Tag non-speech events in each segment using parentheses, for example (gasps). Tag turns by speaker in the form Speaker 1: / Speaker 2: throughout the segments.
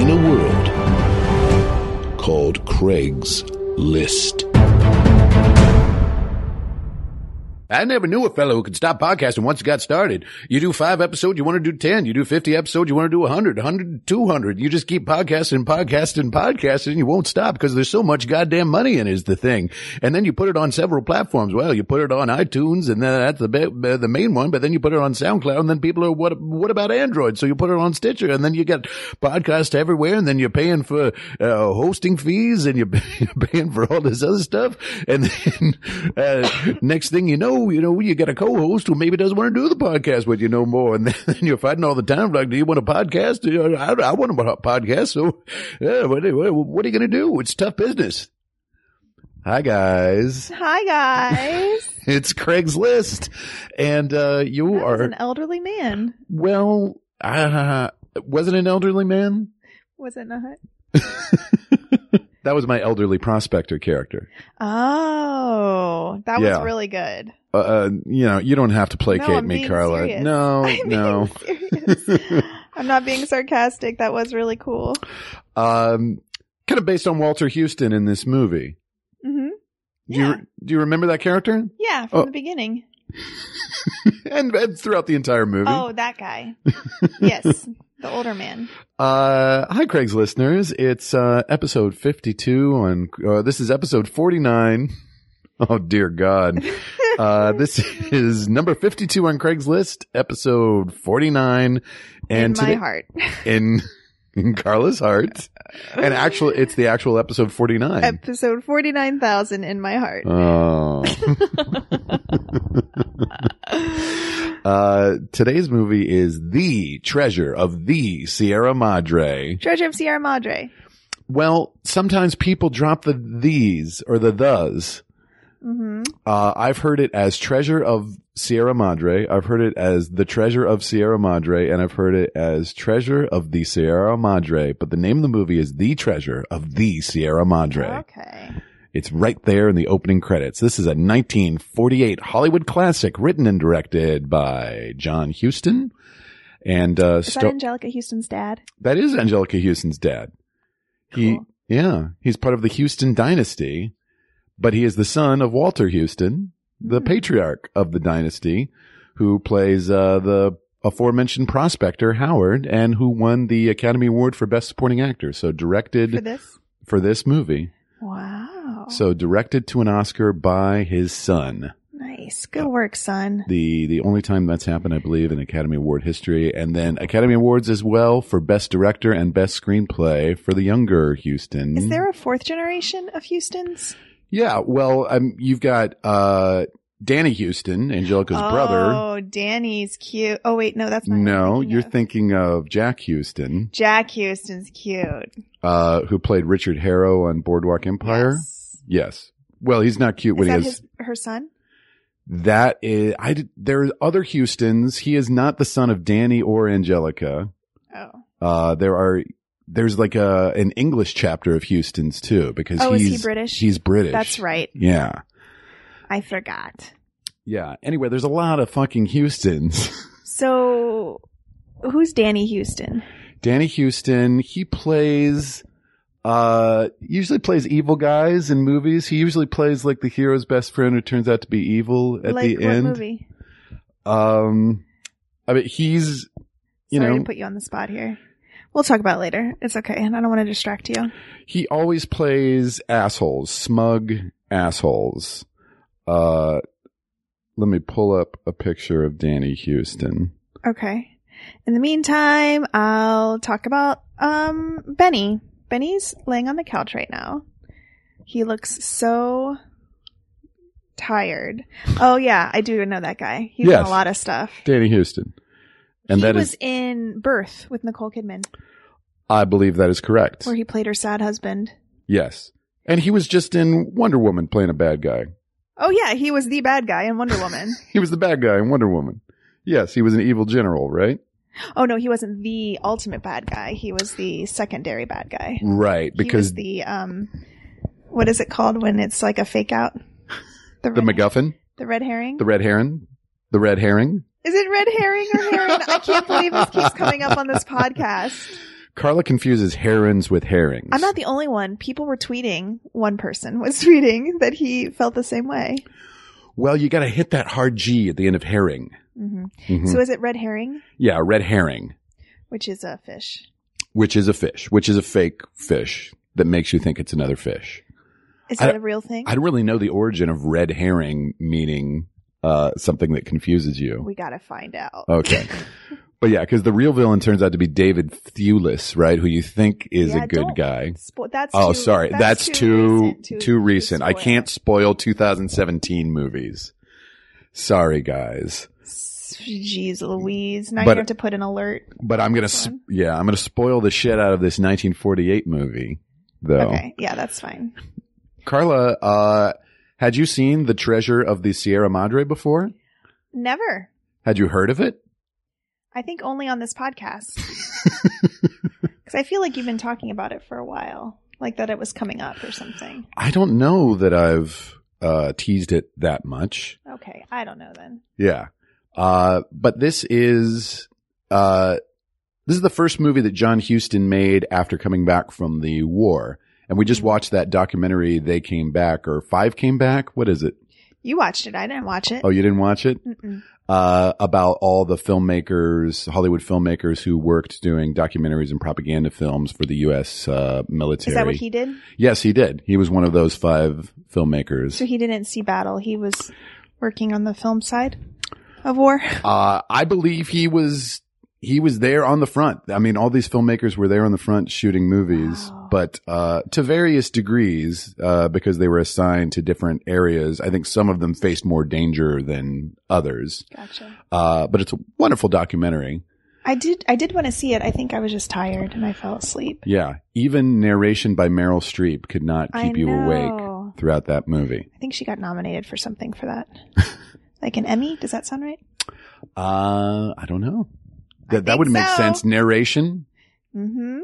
Speaker 1: in a world called Craig's List.
Speaker 2: I never knew a fellow who could stop podcasting once it got started. You do five episodes, you want to do 10. You do 50 episodes, you want to do 100, 100, 200. You just keep podcasting, podcasting, podcasting. You won't stop because there's so much goddamn money in it is the thing. And then you put it on several platforms. Well, you put it on iTunes and then that's the, ba- the main one, but then you put it on SoundCloud and then people are, what, what about Android? So you put it on Stitcher and then you get podcasts everywhere and then you're paying for uh, hosting fees and you're (laughs) paying for all this other stuff. And then uh, next thing you know, you know, you got a co-host who maybe doesn't want to do the podcast with you no more. And (laughs) then, you're fighting all the time. Like, do you want a podcast? You know, I, I want a podcast. So yeah, what, what, what are you going to do? It's tough business. Hi guys.
Speaker 3: Hi guys.
Speaker 2: It's Craigslist. And, uh, (laughs) you
Speaker 3: That was
Speaker 2: are,
Speaker 3: an elderly man.
Speaker 2: well, (laughs) uh, wasn't an elderly man.
Speaker 3: Was it not?
Speaker 2: That was my elderly prospector character.
Speaker 3: Oh, that
Speaker 2: Yeah.
Speaker 3: was really good.
Speaker 2: Uh, uh, you know, you don't have to placate
Speaker 3: I'm
Speaker 2: me,
Speaker 3: being
Speaker 2: Carla.
Speaker 3: serious. (laughs)
Speaker 2: No,
Speaker 3: I'm
Speaker 2: Oh, no. (laughs)
Speaker 3: being serious. I'm not being sarcastic. That was really cool.
Speaker 2: um, kind of based on Walter Houston in this movie.
Speaker 3: hmm
Speaker 2: Do you
Speaker 3: Yeah.
Speaker 2: do you remember that character?
Speaker 3: Yeah, from
Speaker 2: Oh.
Speaker 3: the beginning.
Speaker 2: and, and throughout the entire movie.
Speaker 3: Oh, that
Speaker 2: (laughs)
Speaker 3: guy. yes, the older man.
Speaker 2: Uh, hi, Craig's listeners. It's uh, episode fifty-two. On uh, this is episode forty-nine. (laughs) Oh dear
Speaker 3: (laughs)
Speaker 2: God! Uh, this is number fifty-two on Craig's list, episode forty-nine, and
Speaker 3: in my
Speaker 2: today (laughs)
Speaker 3: heart.
Speaker 2: in in Carla's heart, and actual it's the actual episode forty-nine.
Speaker 3: Episode 49,000 in my heart.
Speaker 2: Oh.
Speaker 3: (gasps)
Speaker 2: uh, today's movie is The Treasure of the Sierra Madre.
Speaker 3: Treasure of Sierra Madre.
Speaker 2: Well, sometimes people drop the these or the thes.
Speaker 3: hmm
Speaker 2: Uh, I've heard it as Treasure of Sierra Madre. I've heard it as The Treasure of Sierra Madre. And I've heard it as Treasure of the Sierra Madre. But the name of the movie is The Treasure of the Sierra Madre.
Speaker 3: Okay.
Speaker 2: It's right there in the opening credits. This is a 1948 Hollywood classic written and directed by John Huston. And uh,
Speaker 3: Is
Speaker 2: sto-
Speaker 3: that Angelica Houston's dad?
Speaker 2: that is Angelica Houston's dad. He
Speaker 3: Cool.
Speaker 2: yeah, he's part of the Houston dynasty, but he is the son of Walter Houston, the
Speaker 3: Hmm.
Speaker 2: patriarch of the dynasty, who plays uh, the aforementioned prospector Howard and who won the Academy Award for Best Supporting Actor. So directed
Speaker 3: For this?
Speaker 2: for this movie.
Speaker 3: Wow.
Speaker 2: So directed to an Oscar by his son.
Speaker 3: nice. Good work, son.
Speaker 2: The the only time that's happened, I believe, in Academy Award history, and then Academy Awards as well for Best Director and Best Screenplay for the younger Houston.
Speaker 3: Is there a fourth generation of Houstons?
Speaker 2: Yeah, well, um, you've got uh, Danny Houston, Angelica's
Speaker 3: oh,
Speaker 2: brother.
Speaker 3: Danny's cute. Oh wait, no, that's not who I'm
Speaker 2: No,
Speaker 3: thinking
Speaker 2: you're
Speaker 3: of.
Speaker 2: thinking of Jack Houston,
Speaker 3: Jack Houston's cute.
Speaker 2: uh, who played Richard Harrow on Boardwalk Empire.
Speaker 3: Yes.
Speaker 2: Yes. Well, he's not cute
Speaker 3: Is
Speaker 2: when he
Speaker 3: that
Speaker 2: has
Speaker 3: his, her son?
Speaker 2: That is, I did, there are other Houstons. He is not the son of Danny or Angelica.
Speaker 3: Oh,
Speaker 2: Uh, there are, there's like a, an English chapter of Houstons too, because
Speaker 3: Oh, is
Speaker 2: he's,
Speaker 3: he British?
Speaker 2: he's British.
Speaker 3: that's right.
Speaker 2: Yeah.
Speaker 3: I forgot.
Speaker 2: Yeah. Anyway, there's a lot of fucking Houstons. (laughs)
Speaker 3: So, who's Danny Houston?
Speaker 2: Danny Houston, he plays, uh, usually plays evil guys in movies. He usually plays like the hero's best friend who turns out to be evil at
Speaker 3: like
Speaker 2: the
Speaker 3: what
Speaker 2: end.
Speaker 3: movie?
Speaker 2: Um, I mean, he's, you
Speaker 3: Sorry
Speaker 2: know,
Speaker 3: to put you on the spot here. We'll talk about it later. It's okay, and I don't want to distract you.
Speaker 2: he always plays assholes, smug assholes. Uh, let me pull up a picture of Danny Houston.
Speaker 3: Okay. In the meantime, I'll talk about um Benny. Benny's laying on the couch right now. He looks so tired. Oh yeah, I do know that guy. He's in
Speaker 2: Yes.
Speaker 3: a lot of stuff.
Speaker 2: Danny Houston, and
Speaker 3: he
Speaker 2: that
Speaker 3: was
Speaker 2: is
Speaker 3: in Birth with Nicole Kidman.
Speaker 2: I believe that is correct.
Speaker 3: where he played her sad husband.
Speaker 2: Yes. And he was just in Wonder Woman playing a bad guy.
Speaker 3: Oh yeah, he was the bad guy in
Speaker 2: (laughs)
Speaker 3: Wonder Woman.
Speaker 2: He was the bad guy in Wonder Woman. Yes, he was an evil general, right?
Speaker 3: oh no, he wasn't the ultimate bad guy. He was the secondary bad guy.
Speaker 2: Right,
Speaker 3: he was
Speaker 2: because
Speaker 3: the um, what is it called when it's like a fake out?
Speaker 2: the
Speaker 3: red-
Speaker 2: MacGuffin,
Speaker 3: the red herring.
Speaker 2: the red heron, the red herring.
Speaker 3: Is it red herring or heron? (laughs) I can't believe
Speaker 2: (laughs)
Speaker 3: this keeps coming up on this podcast.
Speaker 2: Carla confuses herons with herrings.
Speaker 3: I'm not the only one. People were tweeting. One person was (laughs) tweeting that he felt the same way.
Speaker 2: well, you got to hit that hard G at the end of herring.
Speaker 3: hmm
Speaker 2: Mhm.
Speaker 3: So is it red herring,
Speaker 2: yeah, a red herring,
Speaker 3: which is a fish?
Speaker 2: which is a fish, which is a fake fish that makes you think it's another fish.
Speaker 3: Is
Speaker 2: I
Speaker 3: that
Speaker 2: don't-
Speaker 3: a real thing?
Speaker 2: I don't really know the origin of red herring meaning uh, something that confuses you.
Speaker 3: we gotta find out.
Speaker 2: (laughs) Okay. but yeah, because the real villain turns out to be David Thewlis, right? Who you think is
Speaker 3: Yeah,
Speaker 2: a good
Speaker 3: don't
Speaker 2: guy.
Speaker 3: Spo- that's
Speaker 2: Oh,
Speaker 3: too-
Speaker 2: sorry. That's, too, too,
Speaker 3: to-
Speaker 2: recent.
Speaker 3: to
Speaker 2: I
Speaker 3: spoil.
Speaker 2: can't spoil 2017 movies. Sorry, guys.
Speaker 3: S- Jeez, Louise! Now
Speaker 2: But-
Speaker 3: you have to put an alert.
Speaker 2: But I'm going to,
Speaker 3: Fun.
Speaker 2: yeah, I'm going to spoil the shit out of this 1948 movie, though.
Speaker 3: Okay, yeah, that's fine.
Speaker 2: Carla, uh, had you seen The Treasure of the Sierra Madre before?
Speaker 3: Never.
Speaker 2: Had you heard of it?
Speaker 3: I think only on
Speaker 2: (laughs)
Speaker 3: this podcast. Because I feel like you've been talking about it for a while, like that it was coming up or something.
Speaker 2: I don't know that I've uh, teased it that much.
Speaker 3: Okay, I don't know then.
Speaker 2: Yeah. Uh, but this is uh, this is the first movie that John Huston made after coming back from the war. And we
Speaker 3: Mm-hmm.
Speaker 2: just watched that documentary, They Came Back, or Five Came Back. What is it?
Speaker 3: You watched it. I didn't watch it.
Speaker 2: Oh, you didn't watch it?
Speaker 3: Mm-mm.
Speaker 2: Uh, about all the filmmakers, Hollywood filmmakers who worked doing documentaries and propaganda films for the U.S. Uh, military.
Speaker 3: Is that what he did?
Speaker 2: yes, he did. He was one of those five filmmakers.
Speaker 3: So he didn't see battle. He was working on the film side of war.
Speaker 2: Uh, I believe he was he was there on the front. I mean, all these filmmakers were there on the front shooting movies,
Speaker 3: Wow.
Speaker 2: but uh, to various degrees uh, because they were assigned to different areas. I think some of them faced more danger than others.
Speaker 3: Gotcha.
Speaker 2: Uh, but it's a wonderful documentary.
Speaker 3: I did. I did want to see it. I think I was just tired and I fell asleep.
Speaker 2: Yeah, even narration by Meryl Streep could not
Speaker 3: I
Speaker 2: keep you awake
Speaker 3: know.
Speaker 2: throughout that movie.
Speaker 3: I think she got nominated for something
Speaker 2: (laughs)
Speaker 3: for that, like an Emmy. Does that sound right?
Speaker 2: Uh, I don't know.
Speaker 3: I
Speaker 2: That that
Speaker 3: think
Speaker 2: would make
Speaker 3: so.
Speaker 2: sense. Narration.
Speaker 3: Mm-hmm.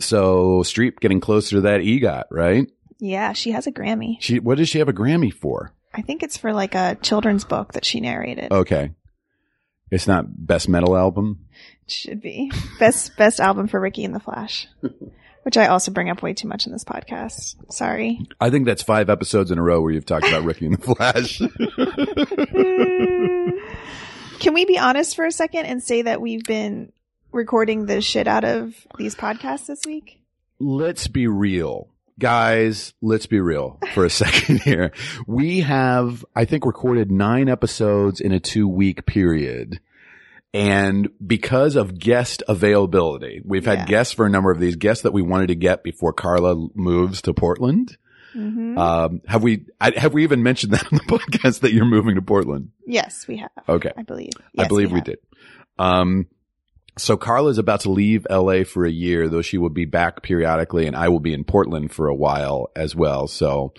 Speaker 2: So Streep getting closer to that EGOT, right?
Speaker 3: Yeah, she has a Grammy.
Speaker 2: She what does she have a Grammy for?
Speaker 3: I think it's for like a children's book that she narrated.
Speaker 2: Okay. It's not best metal album.
Speaker 3: Should be best best album for Ricky and
Speaker 2: (laughs)
Speaker 3: the Flash, which I also bring up way too much in this podcast.
Speaker 2: (laughs)
Speaker 3: Sorry.
Speaker 2: I think that's five episodes in a row where you've talked about Ricky and the Flash.
Speaker 3: (laughs) Can we be honest for a second and say that we've been recording the shit out of these podcasts this week?
Speaker 2: let's be real. Guys, let's be real for a (laughs) second here. We have, I think, recorded nine episodes in a two week period. And because of guest availability, we've had
Speaker 3: Yeah.
Speaker 2: guests for a number of these guests that we wanted to get before Carla moves to Portland.
Speaker 3: hmm
Speaker 2: Um, have we, I, have we even mentioned that on the (laughs) podcast that you're moving to Portland?
Speaker 3: yes, we have.
Speaker 2: Okay.
Speaker 3: I believe.
Speaker 2: I believe we,
Speaker 3: did.
Speaker 2: did. Um, so Carla's about to leave LA for a year, though she will be back periodically and I will be in Portland for a while as well. So,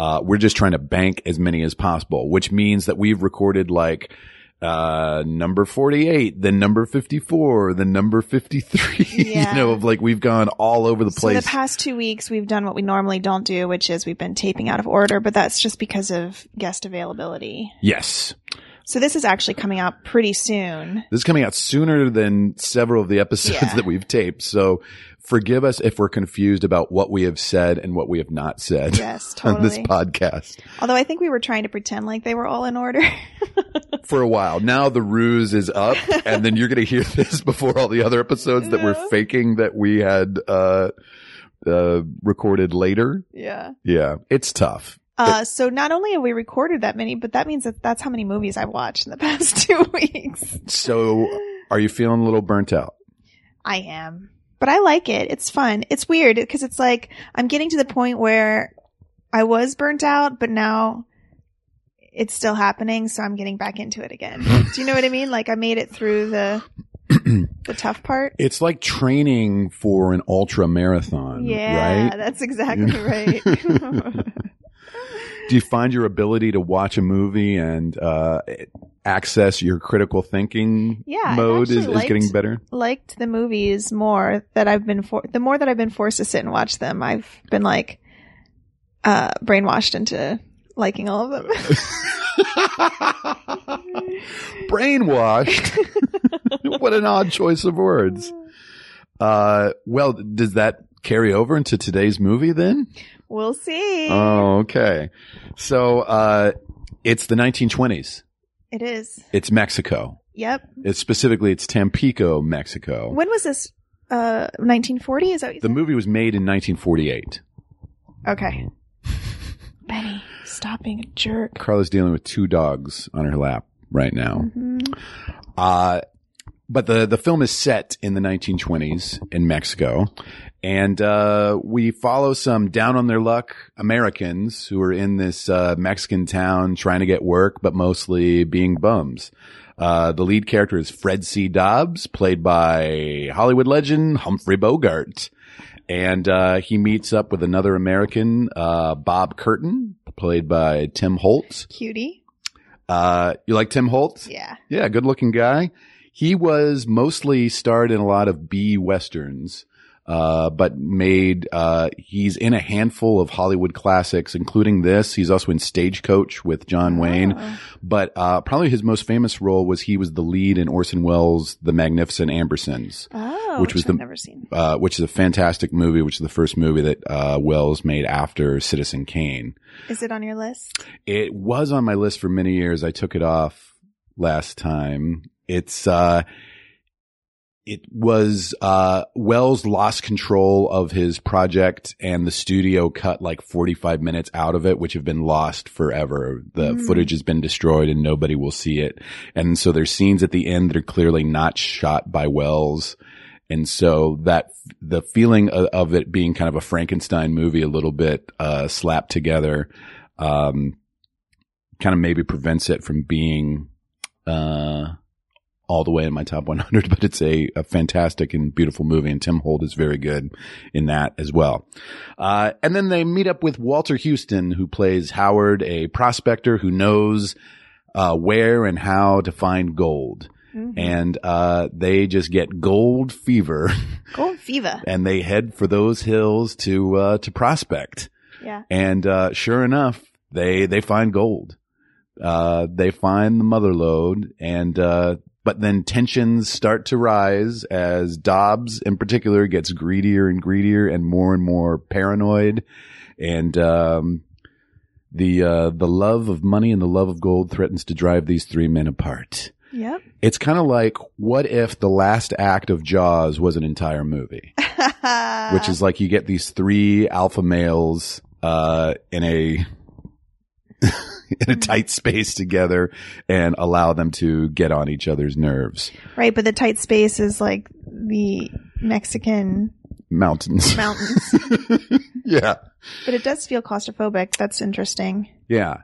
Speaker 2: uh, we're just trying to bank as many as possible, which means that we've recorded like, uh, number 48, then number 54, then number 53, (laughs)
Speaker 3: Yeah.
Speaker 2: you know, of like we've gone all over the place.
Speaker 3: So the past two weeks, we've done what we normally don't do, which is we've been taping out of order, but that's just because of guest availability.
Speaker 2: yes.
Speaker 3: So this is actually coming out pretty soon.
Speaker 2: This is coming out sooner than several of the episodes
Speaker 3: Yeah.
Speaker 2: that we've taped. So forgive us if we're confused about what we have said and what we have not said
Speaker 3: Yes,
Speaker 2: (laughs) on this
Speaker 3: totally.
Speaker 2: podcast
Speaker 3: Although I think we were trying to pretend like they were all in order. (laughs)
Speaker 2: for a while. Now the ruse is up and then you're going to hear this before all the other episodes that we're
Speaker 3: No.
Speaker 2: faking that we had, uh, uh, recorded later.
Speaker 3: yeah.
Speaker 2: Yeah. It's tough.
Speaker 3: Uh, so not only have we recorded that many, but that means that that's how many movies I've watched in the (laughs) past two weeks.
Speaker 2: So are you feeling a little burnt out? (clears throat)
Speaker 3: I am. But I like it. It's fun. It's weird because it's like I'm getting to the point where I was burnt out, but now
Speaker 2: (laughs)
Speaker 3: it's still happening. So I'm getting back into it again. Do you know what I mean? Like I made it through the The tough part.
Speaker 2: It's like training for an ultra marathon,
Speaker 3: Yeah,
Speaker 2: Um, right? (laughs)
Speaker 3: that's exactly right. (laughs)
Speaker 2: Do you find your ability to watch a movie and uh, access your critical thinking
Speaker 3: Yeah, I've
Speaker 2: mode is,
Speaker 3: actually
Speaker 2: is getting
Speaker 3: liked-
Speaker 2: better? (laughs)
Speaker 3: Liked the movies more that I've been for the more that I've been forced to sit and watch them. I've been like uh brainwashed into liking all of them. (laughs)
Speaker 2: Brainwashed. (laughs) what an odd choice of words. Uh, well, does that carry over into today's movie then?
Speaker 3: we'll see.
Speaker 2: Oh, okay. So, uh, it's the 1920s.
Speaker 3: it is.
Speaker 2: It's Mexico.
Speaker 3: Yep.
Speaker 2: It's specifically, it's Tampico, Mexico.
Speaker 3: When was this? Uh, 1940? Is that what you
Speaker 2: oh. the
Speaker 3: said?
Speaker 2: movie was made in 1948.
Speaker 3: Okay.
Speaker 2: oh.
Speaker 3: Benny, stop being a jerk.
Speaker 2: Carla's dealing with two dogs on her lap right now.
Speaker 3: hmm
Speaker 2: Uh, but the, the film is set in the 1920s in Mexico. And, uh, we follow some down on their luck Americans who are in this, uh, Mexican town trying to get work, but mostly being bums. Uh, the lead character is Fred C. Dobbs, played by Hollywood legend Humphrey Bogart. And, uh, he meets up with another American, uh, Bob Curtin, played by Tim Holt.
Speaker 3: Cutie.
Speaker 2: Uh, you like Tim Holt?
Speaker 3: Yeah.
Speaker 2: Yeah, good looking guy. He was mostly starred in a lot of B westerns, uh, but made, uh, he's in a handful of Hollywood classics, including this. He's also in Stagecoach with John Wayne,
Speaker 3: Oh.
Speaker 2: but, uh, probably his most famous role was he was the lead in Orson Welles' The Magnificent Ambersons.
Speaker 3: Oh,
Speaker 2: Which
Speaker 3: which,
Speaker 2: was
Speaker 3: I've
Speaker 2: the-
Speaker 3: never seen.
Speaker 2: Uh, which is a fantastic movie, which is the first movie that, uh, Wells made after Citizen Kane.
Speaker 3: Is it on your list?
Speaker 2: It was on my list for many years. I took it off last time. It's uh it was uh Wells lost control of his project and the studio cut like 45 minutes out of it which have been lost forever. The
Speaker 3: Mm.
Speaker 2: footage has been destroyed and nobody will see it. And so there's scenes at the end that are clearly not shot by Wells. And so that the feeling of, of it being kind of a Frankenstein movie, a little bit uh, slapped together, um, kind of maybe prevents it from being uh, all the way in my top 100. (laughs) But it's a, a fantastic and beautiful movie, and Tim Holt is very good in that as well. Uh, and then they meet up with Walter Houston, who plays Howard, a prospector who knows uh, where and how to find gold
Speaker 3: Mhm.
Speaker 2: and uh, they just get gold fever (laughs)
Speaker 3: Gold Fever.
Speaker 2: and they head for those hills to uh, to prospect
Speaker 3: Yeah.
Speaker 2: and uh, sure enough they they find gold uh, they find the mother lode and uh, but then tensions start to rise as Dobbs in particular gets greedier and greedier and more and more paranoid and um, the uh, the love of money and the love of gold threatens to drive these three men apart
Speaker 3: Yep. (laughs)
Speaker 2: it's kind of like what if the last act of Jaws was an entire movie, which is like you get these three alpha males uh, in a (laughs) in a tight space together and allow them to get on each other's nerves.
Speaker 3: right, but the tight space is like the Mexican
Speaker 2: Mountains,
Speaker 3: mountains.
Speaker 2: (laughs) yeah,
Speaker 3: but it does feel claustrophobic. That's interesting.
Speaker 2: yeah,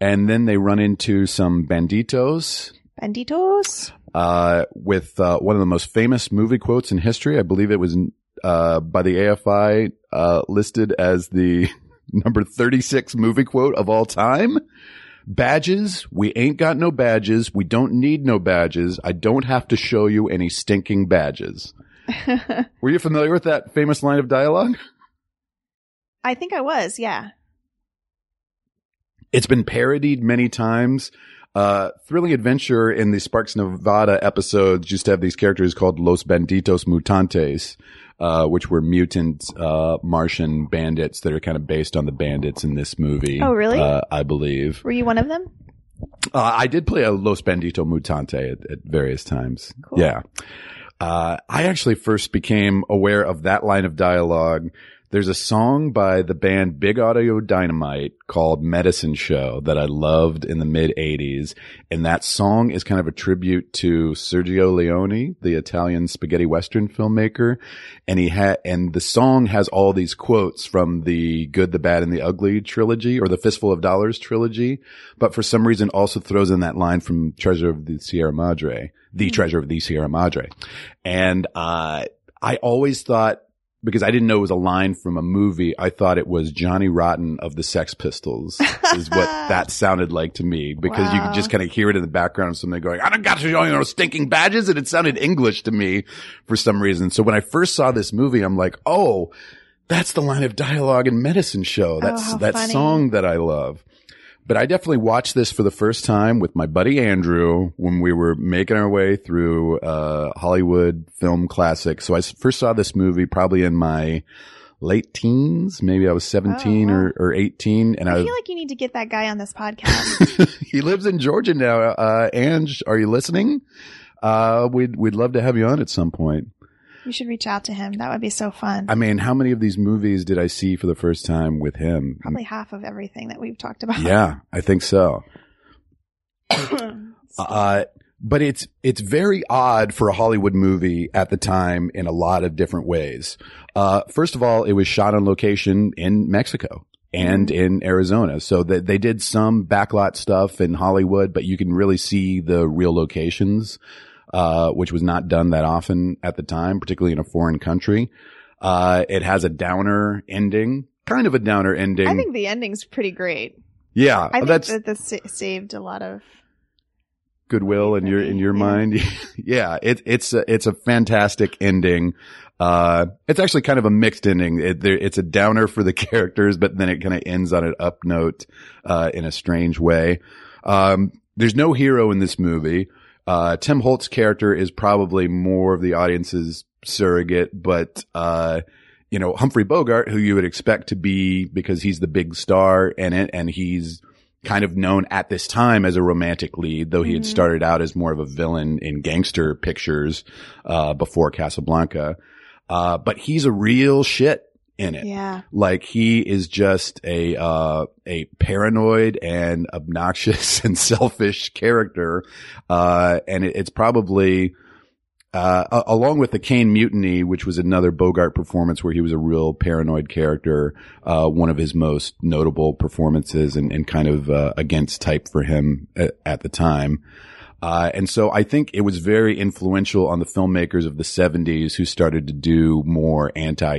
Speaker 2: and then they run into some banditos.
Speaker 3: (laughs) Banditos.
Speaker 2: uh, with uh, one of the most famous movie quotes in history. I believe it was uh, by the AFI uh, listed as the (laughs) number 36 movie quote of all time. Badges, we ain't got no badges. We don't need no badges. I don't have to show you any stinking badges. Were you familiar with that famous line of dialogue?
Speaker 3: I think I was. Yeah.
Speaker 2: It's been parodied many times. Uh, Thrilling Adventure in the Sparks Nevada episodes used to have these characters called Los Banditos Mutantes, uh, which were mutant, uh, Martian bandits that are kind of based on the bandits in this movie.
Speaker 3: Oh, really?
Speaker 2: Uh, I believe.
Speaker 3: Were you one of them?
Speaker 2: Uh, I did play a Los Bandito Mutante at, at various times.
Speaker 3: Cool.
Speaker 2: Yeah. Uh, I actually first became aware of that line of dialogue There's a song by the band Big Audio Dynamite called Medicine Show that I loved in the mid 80s. And that song is kind of a tribute to Sergio Leone, the Italian spaghetti Western filmmaker. And he had, and the song has all these quotes from the Good, the Bad, and the Ugly trilogy or the Fistful of Dollars trilogy. But for some reason also throws in that line from Treasure of the Sierra Madre,
Speaker 3: Hmm.
Speaker 2: the treasure of the Sierra Madre. And, uh, I always thought because I didn't know it was a line from a movie. I thought it was Johnny Rotten of the Sex Pistols is
Speaker 3: (laughs)
Speaker 2: what that sounded like to me because you
Speaker 3: Wow.
Speaker 2: could just kind of hear it in the background of somebody going, I don't got you on those stinking badges. And it sounded English to me for some reason. So when I first saw this movie, I'm like, Oh, that's the line of dialogue in medicine show. That's
Speaker 3: Oh, how
Speaker 2: that
Speaker 3: funny.
Speaker 2: song that I love. But I definitely watched this for the first time with my buddy Andrew when we were making our way through uh, Hollywood film classics. So I s- first saw this movie probably in my late teens. Maybe I was 17
Speaker 3: Oh, wow.
Speaker 2: or, or 18. And I,
Speaker 3: I
Speaker 2: was,
Speaker 3: feel like you need to get that guy on this podcast.
Speaker 2: (laughs) he lives in Georgia now. Uh, Ange, are you listening? Uh, we'd, we'd love to have you on at some point.
Speaker 3: you should reach out to him. That would be so fun.
Speaker 2: I mean, how many of these movies did I see for the first time with him?
Speaker 3: Probably half of everything that we've talked about. (laughs)
Speaker 2: Yeah, I think so. Uh, but it's it's very odd for a Hollywood movie at the time in a lot of different ways. Uh, first of all, it was shot on location in Mexico and
Speaker 3: Mm-hmm.
Speaker 2: in Arizona, so that they did some backlot stuff in Hollywood, but you can really see the real locations, uh, which was not done that often at the time, particularly in a foreign country. Uh, it has a downer ending, kind of a downer ending.
Speaker 3: I think the ending's pretty great.
Speaker 2: yeah,
Speaker 3: I think
Speaker 2: that's
Speaker 3: that this sa- saved a lot of.
Speaker 2: goodwill in your in your
Speaker 3: Yeah.
Speaker 2: mind. (laughs) yeah, it, it's a, it's a fantastic ending. Uh, it's actually kind of a mixed ending. It, there, it's a downer for the (laughs) characters, but then it kind of ends on an up note uh, in a strange way. Um, there's no hero in this movie. Uh, Tim Holt's character is probably more of the audience's surrogate, but uh, you know Humphrey Bogart, who you would expect to be because he's the big star in it, and he's kind of known at this time as a romantic lead, though he had
Speaker 3: Mhm.
Speaker 2: started out as more of a villain in gangster pictures uh, before Casablanca. Uh, but he's a real shit in it
Speaker 3: Yeah.
Speaker 2: like he is just a uh a paranoid and obnoxious (laughs) and selfish character uh and it, it's probably uh a- along with the Kane mutiny which was another Bogart performance where he was a real paranoid character uh one of his most notable performances and and kind of uh, against type for him at, at the time uh, and so I think it was very influential on the filmmakers of the 70s who started to do more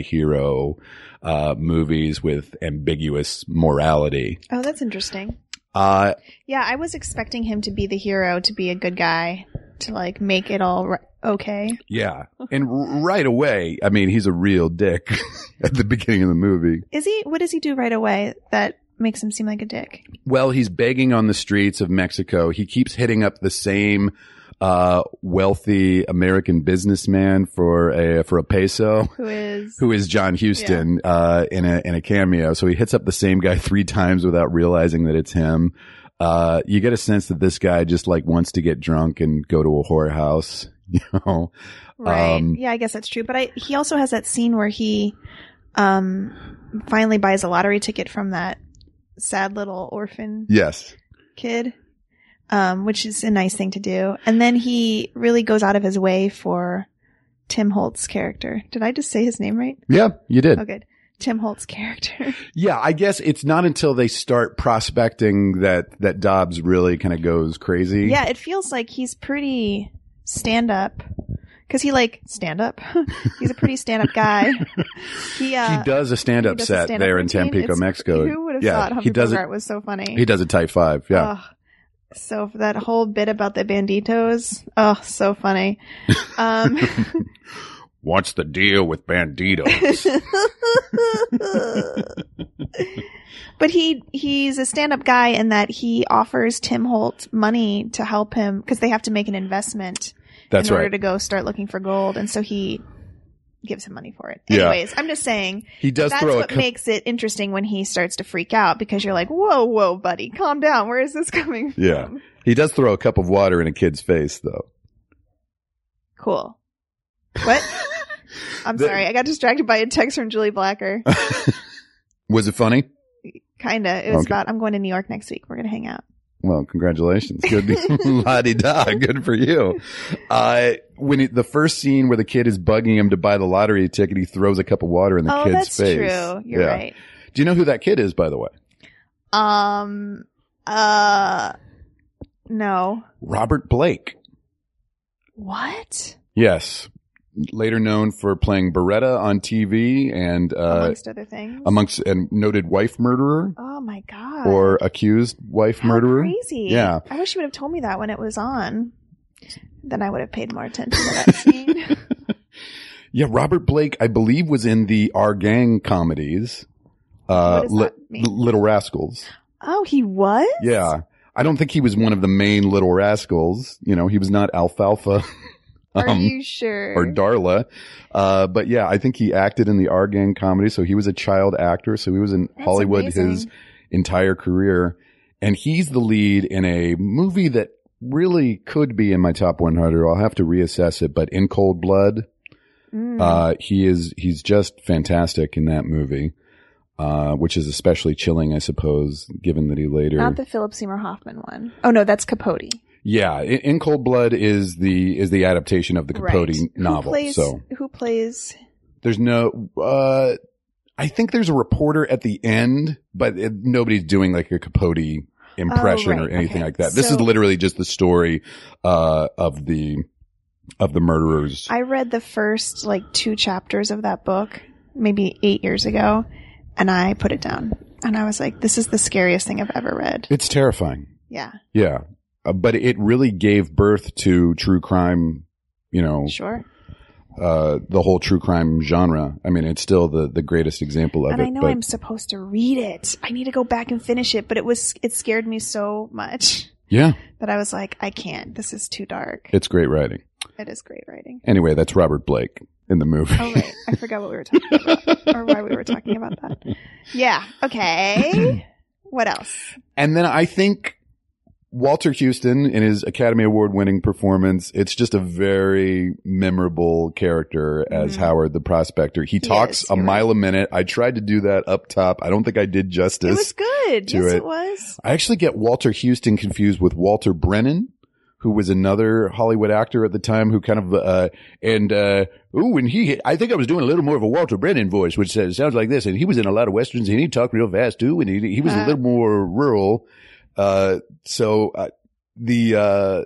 Speaker 2: anti-hero uh, movies with ambiguous morality.
Speaker 3: Oh, that's interesting.
Speaker 2: Uh,
Speaker 3: Yeah, I was expecting him to be the hero, to be a good guy, to like make it all ri- okay.
Speaker 2: yeah. And r- right away, I mean, he's a real dick (laughs) at the beginning of the movie.
Speaker 3: Is he? What does he do right away that makes him seem like a dick?
Speaker 2: Well, he's begging on the streets of Mexico. He keeps hitting up the same uh, wealthy American businessman for a for a peso.
Speaker 3: Who is?
Speaker 2: who is John Houston uh, in a in a cameo. So he hits up the same guy (laughs) three times without realizing that it's him. Uh, you get a sense that this guy just like wants to get drunk and go to a whorehouse. (laughs) You know,
Speaker 3: Right.
Speaker 2: Um,
Speaker 3: yeah, I guess that's true. But I he also has that scene where he um finally buys a lottery ticket from that sad little orphan
Speaker 2: yes,
Speaker 3: kid. Um, which is a nice thing to do. And then he really goes out of his way for Tim Holt's character. Did I just say his name right?
Speaker 2: yeah, you did.
Speaker 3: Oh good. Tim Holt's character.
Speaker 2: Yeah, I guess it's not until they start prospecting that that Dobbs really kind of goes crazy.
Speaker 3: yeah, it feels like he's pretty stand up. Cause he like stand up. (laughs) he's a pretty stand up
Speaker 2: (laughs)
Speaker 3: guy. he uh
Speaker 2: he does a stand
Speaker 3: he
Speaker 2: up
Speaker 3: does a
Speaker 2: set
Speaker 3: stand-up
Speaker 2: there in
Speaker 3: routine.
Speaker 2: Tampico,
Speaker 3: It's-
Speaker 2: Mexico.
Speaker 3: Who Oh. would have
Speaker 2: yeah,
Speaker 3: thought Humphrey
Speaker 2: he does
Speaker 3: Bogart
Speaker 2: it.
Speaker 3: was so funny?
Speaker 2: He does a type five. Yeah.
Speaker 3: Ugh. So that whole bit about the banditos, oh, so funny. Um, (laughs)
Speaker 2: What's the deal with banditos?
Speaker 3: (laughs) but he he's a stand-up guy in that he offers Tim Holt money to help him because they have to make an investment
Speaker 2: That's
Speaker 3: in order
Speaker 2: right.
Speaker 3: to go start looking for gold, and so he gives him money for it.
Speaker 2: Yeah.
Speaker 3: Anyways, I'm just saying
Speaker 2: He does
Speaker 3: that's
Speaker 2: throw a
Speaker 3: what
Speaker 2: cou-
Speaker 3: makes it interesting when he starts to freak out because you're like, whoa, whoa, buddy, calm down. Where is this (laughs) coming from?
Speaker 2: Yeah. He does throw a cup of water in a kid's face, though. (laughs)
Speaker 3: Cool. What? I'm
Speaker 2: The-
Speaker 3: sorry. I got distracted by a text from
Speaker 2: (laughs)
Speaker 3: Julie Blacker.
Speaker 2: Was it funny?
Speaker 3: Kinda. It was
Speaker 2: Okay.
Speaker 3: about I'm going to New York next week. We're gonna hing out.
Speaker 2: Well, congratulations. Good (laughs)
Speaker 3: (laughs)
Speaker 2: la di da. Good for you. Uh, when he, the first scene where the kid is bugging him to buy the lottery ticket, he throws a cup of water in the
Speaker 3: oh,
Speaker 2: kid's
Speaker 3: that's
Speaker 2: face.
Speaker 3: true. You're
Speaker 2: Yeah.
Speaker 3: right.
Speaker 2: Do you know who that kid is, by the way?
Speaker 3: Um. Uh. No.
Speaker 2: Robert Blake.
Speaker 3: What?
Speaker 2: Yes. Later known for playing Beretta on TV and, uh,
Speaker 3: Amongst other things.
Speaker 2: amongst, and noted wife murderer
Speaker 3: oh my god.
Speaker 2: or accused wife
Speaker 3: How
Speaker 2: murderer.
Speaker 3: Crazy.
Speaker 2: Yeah.
Speaker 3: I wish you would have told me that when it was on. Then I would have paid more attention to
Speaker 2: (laughs)
Speaker 3: that scene.
Speaker 2: Yeah. Robert Blake, I believe was in the Our Gang comedies. Uh,
Speaker 3: What does
Speaker 2: Li-
Speaker 3: that mean?
Speaker 2: Little Rascals.
Speaker 3: oh, he was.
Speaker 2: Yeah. I don't think he was one of the main little rascals. You know, he was not Alfalfa (laughs)
Speaker 3: Are
Speaker 2: um,
Speaker 3: you sure?
Speaker 2: or Darla. Uh, but yeah, I think he acted in the R Gang comedy. So he was a child actor. So he was in
Speaker 3: That's
Speaker 2: Hollywood his
Speaker 3: amazing.
Speaker 2: entire career. And he's the lead in a movie that really could be in my top 100. I'll have to reassess it, but in Cold Blood,
Speaker 3: Mm.
Speaker 2: uh, he is, he's just fantastic in that movie. Uh, which is especially chilling, I suppose, given that he later
Speaker 3: Not the Philip Seymour Hoffman one. Oh no, that's Capote.
Speaker 2: Yeah, I- in Cold Blood is the is the adaptation of the Capote
Speaker 3: Right. Who
Speaker 2: novel.
Speaker 3: plays,
Speaker 2: So
Speaker 3: who plays?
Speaker 2: there's no. Uh, I think there's a reporter at the end, but it, nobody's doing like a Capote impression
Speaker 3: Oh,
Speaker 2: or
Speaker 3: right.
Speaker 2: anything
Speaker 3: Okay.
Speaker 2: like that. This is
Speaker 3: So-
Speaker 2: literally just the story uh, of the of the murderers.
Speaker 3: I read the first like two chapters of that book maybe eight years ago, and I put it down. And I was like, "This is the scariest thing I've ever read."
Speaker 2: it's terrifying.
Speaker 3: Yeah,
Speaker 2: Yeah, uh, but it really gave birth to true crime. You know,
Speaker 3: sure.
Speaker 2: uh, the whole true crime genre. I mean, it's still the the greatest example of
Speaker 3: And
Speaker 2: it.
Speaker 3: I know
Speaker 2: but
Speaker 3: I'm supposed to read it. I need to go back and finish it, but it was it scared me so much
Speaker 2: yeah,
Speaker 3: that I was like, "I can't. This is too dark."
Speaker 2: it's great writing.
Speaker 3: it is great writing.
Speaker 2: Anyway, that's Robert Blake in the movie.
Speaker 3: Oh right, I forgot what we were talking about, or why we were talking about that. Yeah.
Speaker 2: (clears throat)
Speaker 3: Okay. What else?
Speaker 2: (laughs) and then I think Walter Houston in his Academy Award winning performance, it's just a very memorable character as
Speaker 3: Mhm.
Speaker 2: Howard the Prospector. He, talks
Speaker 3: is,
Speaker 2: a
Speaker 3: you're
Speaker 2: mile a minute. I tried to do that up top. I don't think I did
Speaker 3: it
Speaker 2: justice.
Speaker 3: was good.
Speaker 2: to
Speaker 3: Yes,
Speaker 2: it.
Speaker 3: it, was.
Speaker 2: I actually get Walter Houston confused with Walter Brennan, who was another Hollywood actor at the time who kind of, uh, and, uh, ooh, and he, I think I was doing a little more of a Walter Brennan voice, which says, sounds like this. And he was in a lot of Westerns and he talked real fast too. And he, he was a
Speaker 3: Uh.
Speaker 2: little more rural. Uh, so, uh, the, uh,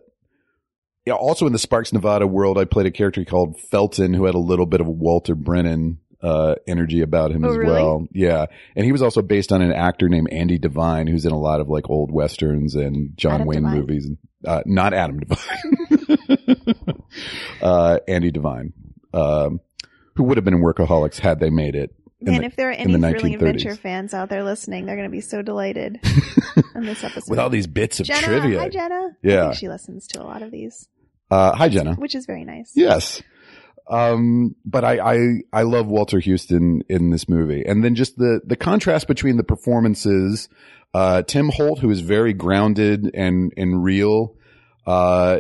Speaker 2: yeah, also in the Sparks Nevada world, I played a character called Felton who had a little bit of a Walter Brennan, uh, energy about him
Speaker 3: Oh,
Speaker 2: as
Speaker 3: really?
Speaker 2: well. Yeah. And he was also based on an actor named Andy Devine, who's in a lot of like old westerns and John
Speaker 3: Adam
Speaker 2: Wayne
Speaker 3: Devine?
Speaker 2: movies. Uh, not Adam
Speaker 3: (laughs)
Speaker 2: Devine, (laughs) uh, Andy Devine, um, who would have been in Workaholics had they made it. in
Speaker 3: Man,
Speaker 2: the-
Speaker 3: if there are any
Speaker 2: in the
Speaker 3: thrilling
Speaker 2: 1930s.
Speaker 3: adventure fans out there listening, they're going to be
Speaker 2: (laughs)
Speaker 3: so delighted in this episode.
Speaker 2: With all these bits of
Speaker 3: Jenna,
Speaker 2: trivia.
Speaker 3: hi Jenna. I
Speaker 2: yeah.
Speaker 3: think she listens to a lot of these,
Speaker 2: Uh, hi, Jenna.
Speaker 3: which is very nice.
Speaker 2: Yes. Um, but I, I, I love Walter Houston in this movie. And then just the, the contrast between the performances, uh, Tim Holt, who is very grounded and, and real, uh,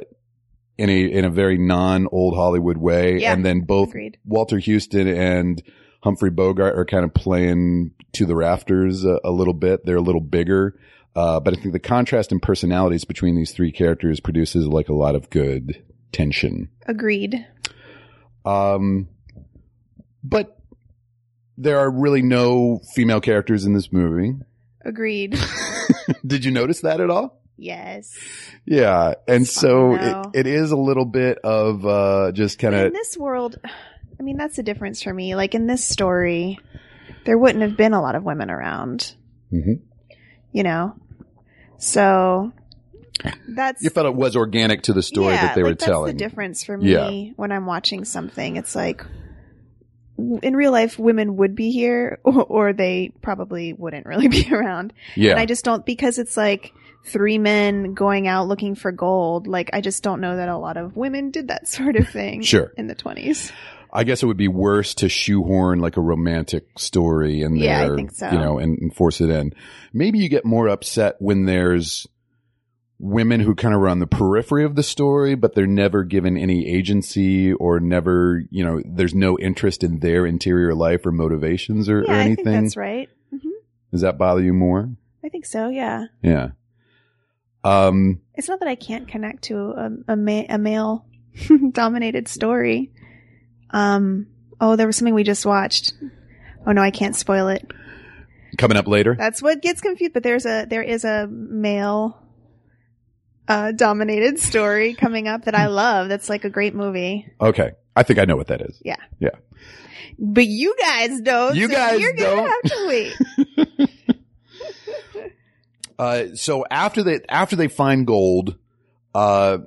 Speaker 2: in a, in a very non old Hollywood way.
Speaker 3: Yeah.
Speaker 2: And then both
Speaker 3: Agreed.
Speaker 2: Walter Houston and Humphrey Bogart are kind of playing to the rafters a, a little bit. They're a little bigger. Uh, but I think the contrast in personalities between these three characters produces like a lot of good tension.
Speaker 3: Agreed.
Speaker 2: Um, but there are really no female characters in this movie. (laughs)
Speaker 3: Agreed.
Speaker 2: Did you notice that at all?
Speaker 3: yes.
Speaker 2: Yeah. And so
Speaker 3: Oh, no.
Speaker 2: it, it is a little bit of, uh, just kind
Speaker 3: But in
Speaker 2: of,
Speaker 3: this world, I mean, that's the difference for me. Like in this story, there wouldn't have been a lot of women around.
Speaker 2: Mhm.
Speaker 3: You know? So that's.
Speaker 2: you felt it was organic to the story
Speaker 3: Yeah,
Speaker 2: that they
Speaker 3: like,
Speaker 2: were
Speaker 3: that's
Speaker 2: telling.
Speaker 3: the difference for me
Speaker 2: Yeah.
Speaker 3: when I'm watching something. It's like w- in real life, women would be here, (laughs) or, or they probably wouldn't really (laughs) be around.
Speaker 2: yeah.
Speaker 3: And I just don't because it's like three men going out looking for gold. Like I just don't know that a lot of women did that (laughs) sort of thing.
Speaker 2: Sure.
Speaker 3: in the twenties.
Speaker 2: I guess it would be worse to shoehorn like a romantic story in
Speaker 3: Yeah, I
Speaker 2: there,
Speaker 3: think so.
Speaker 2: you know, and, and force it in. Maybe you get more upset when there's women who kind of run the periphery of the story, but they're never given any agency or never, you know, there's no interest in their interior life or motivations or,
Speaker 3: yeah,
Speaker 2: or
Speaker 3: I
Speaker 2: anything.
Speaker 3: think that's right. hmm
Speaker 2: Does that bother you more?
Speaker 3: I think so. Yeah.
Speaker 2: Yeah. Um,
Speaker 3: It's not that I can't connect to a, a, ma- a male (laughs) dominated story. Um. Oh, there was something we just watched. Oh no, I can't spoil it.
Speaker 2: coming up later.
Speaker 3: That's what gets confused. But there's a there is a male uh, dominated story coming
Speaker 2: (laughs)
Speaker 3: up that I love. That's like a great movie.
Speaker 2: Okay. I think I know what that is.
Speaker 3: But you guys don't.
Speaker 2: You
Speaker 3: so
Speaker 2: guys
Speaker 3: you're gonna
Speaker 2: don't.
Speaker 3: have to
Speaker 2: (laughs)
Speaker 3: wait.
Speaker 2: Uh, so after they after they find gold, uh,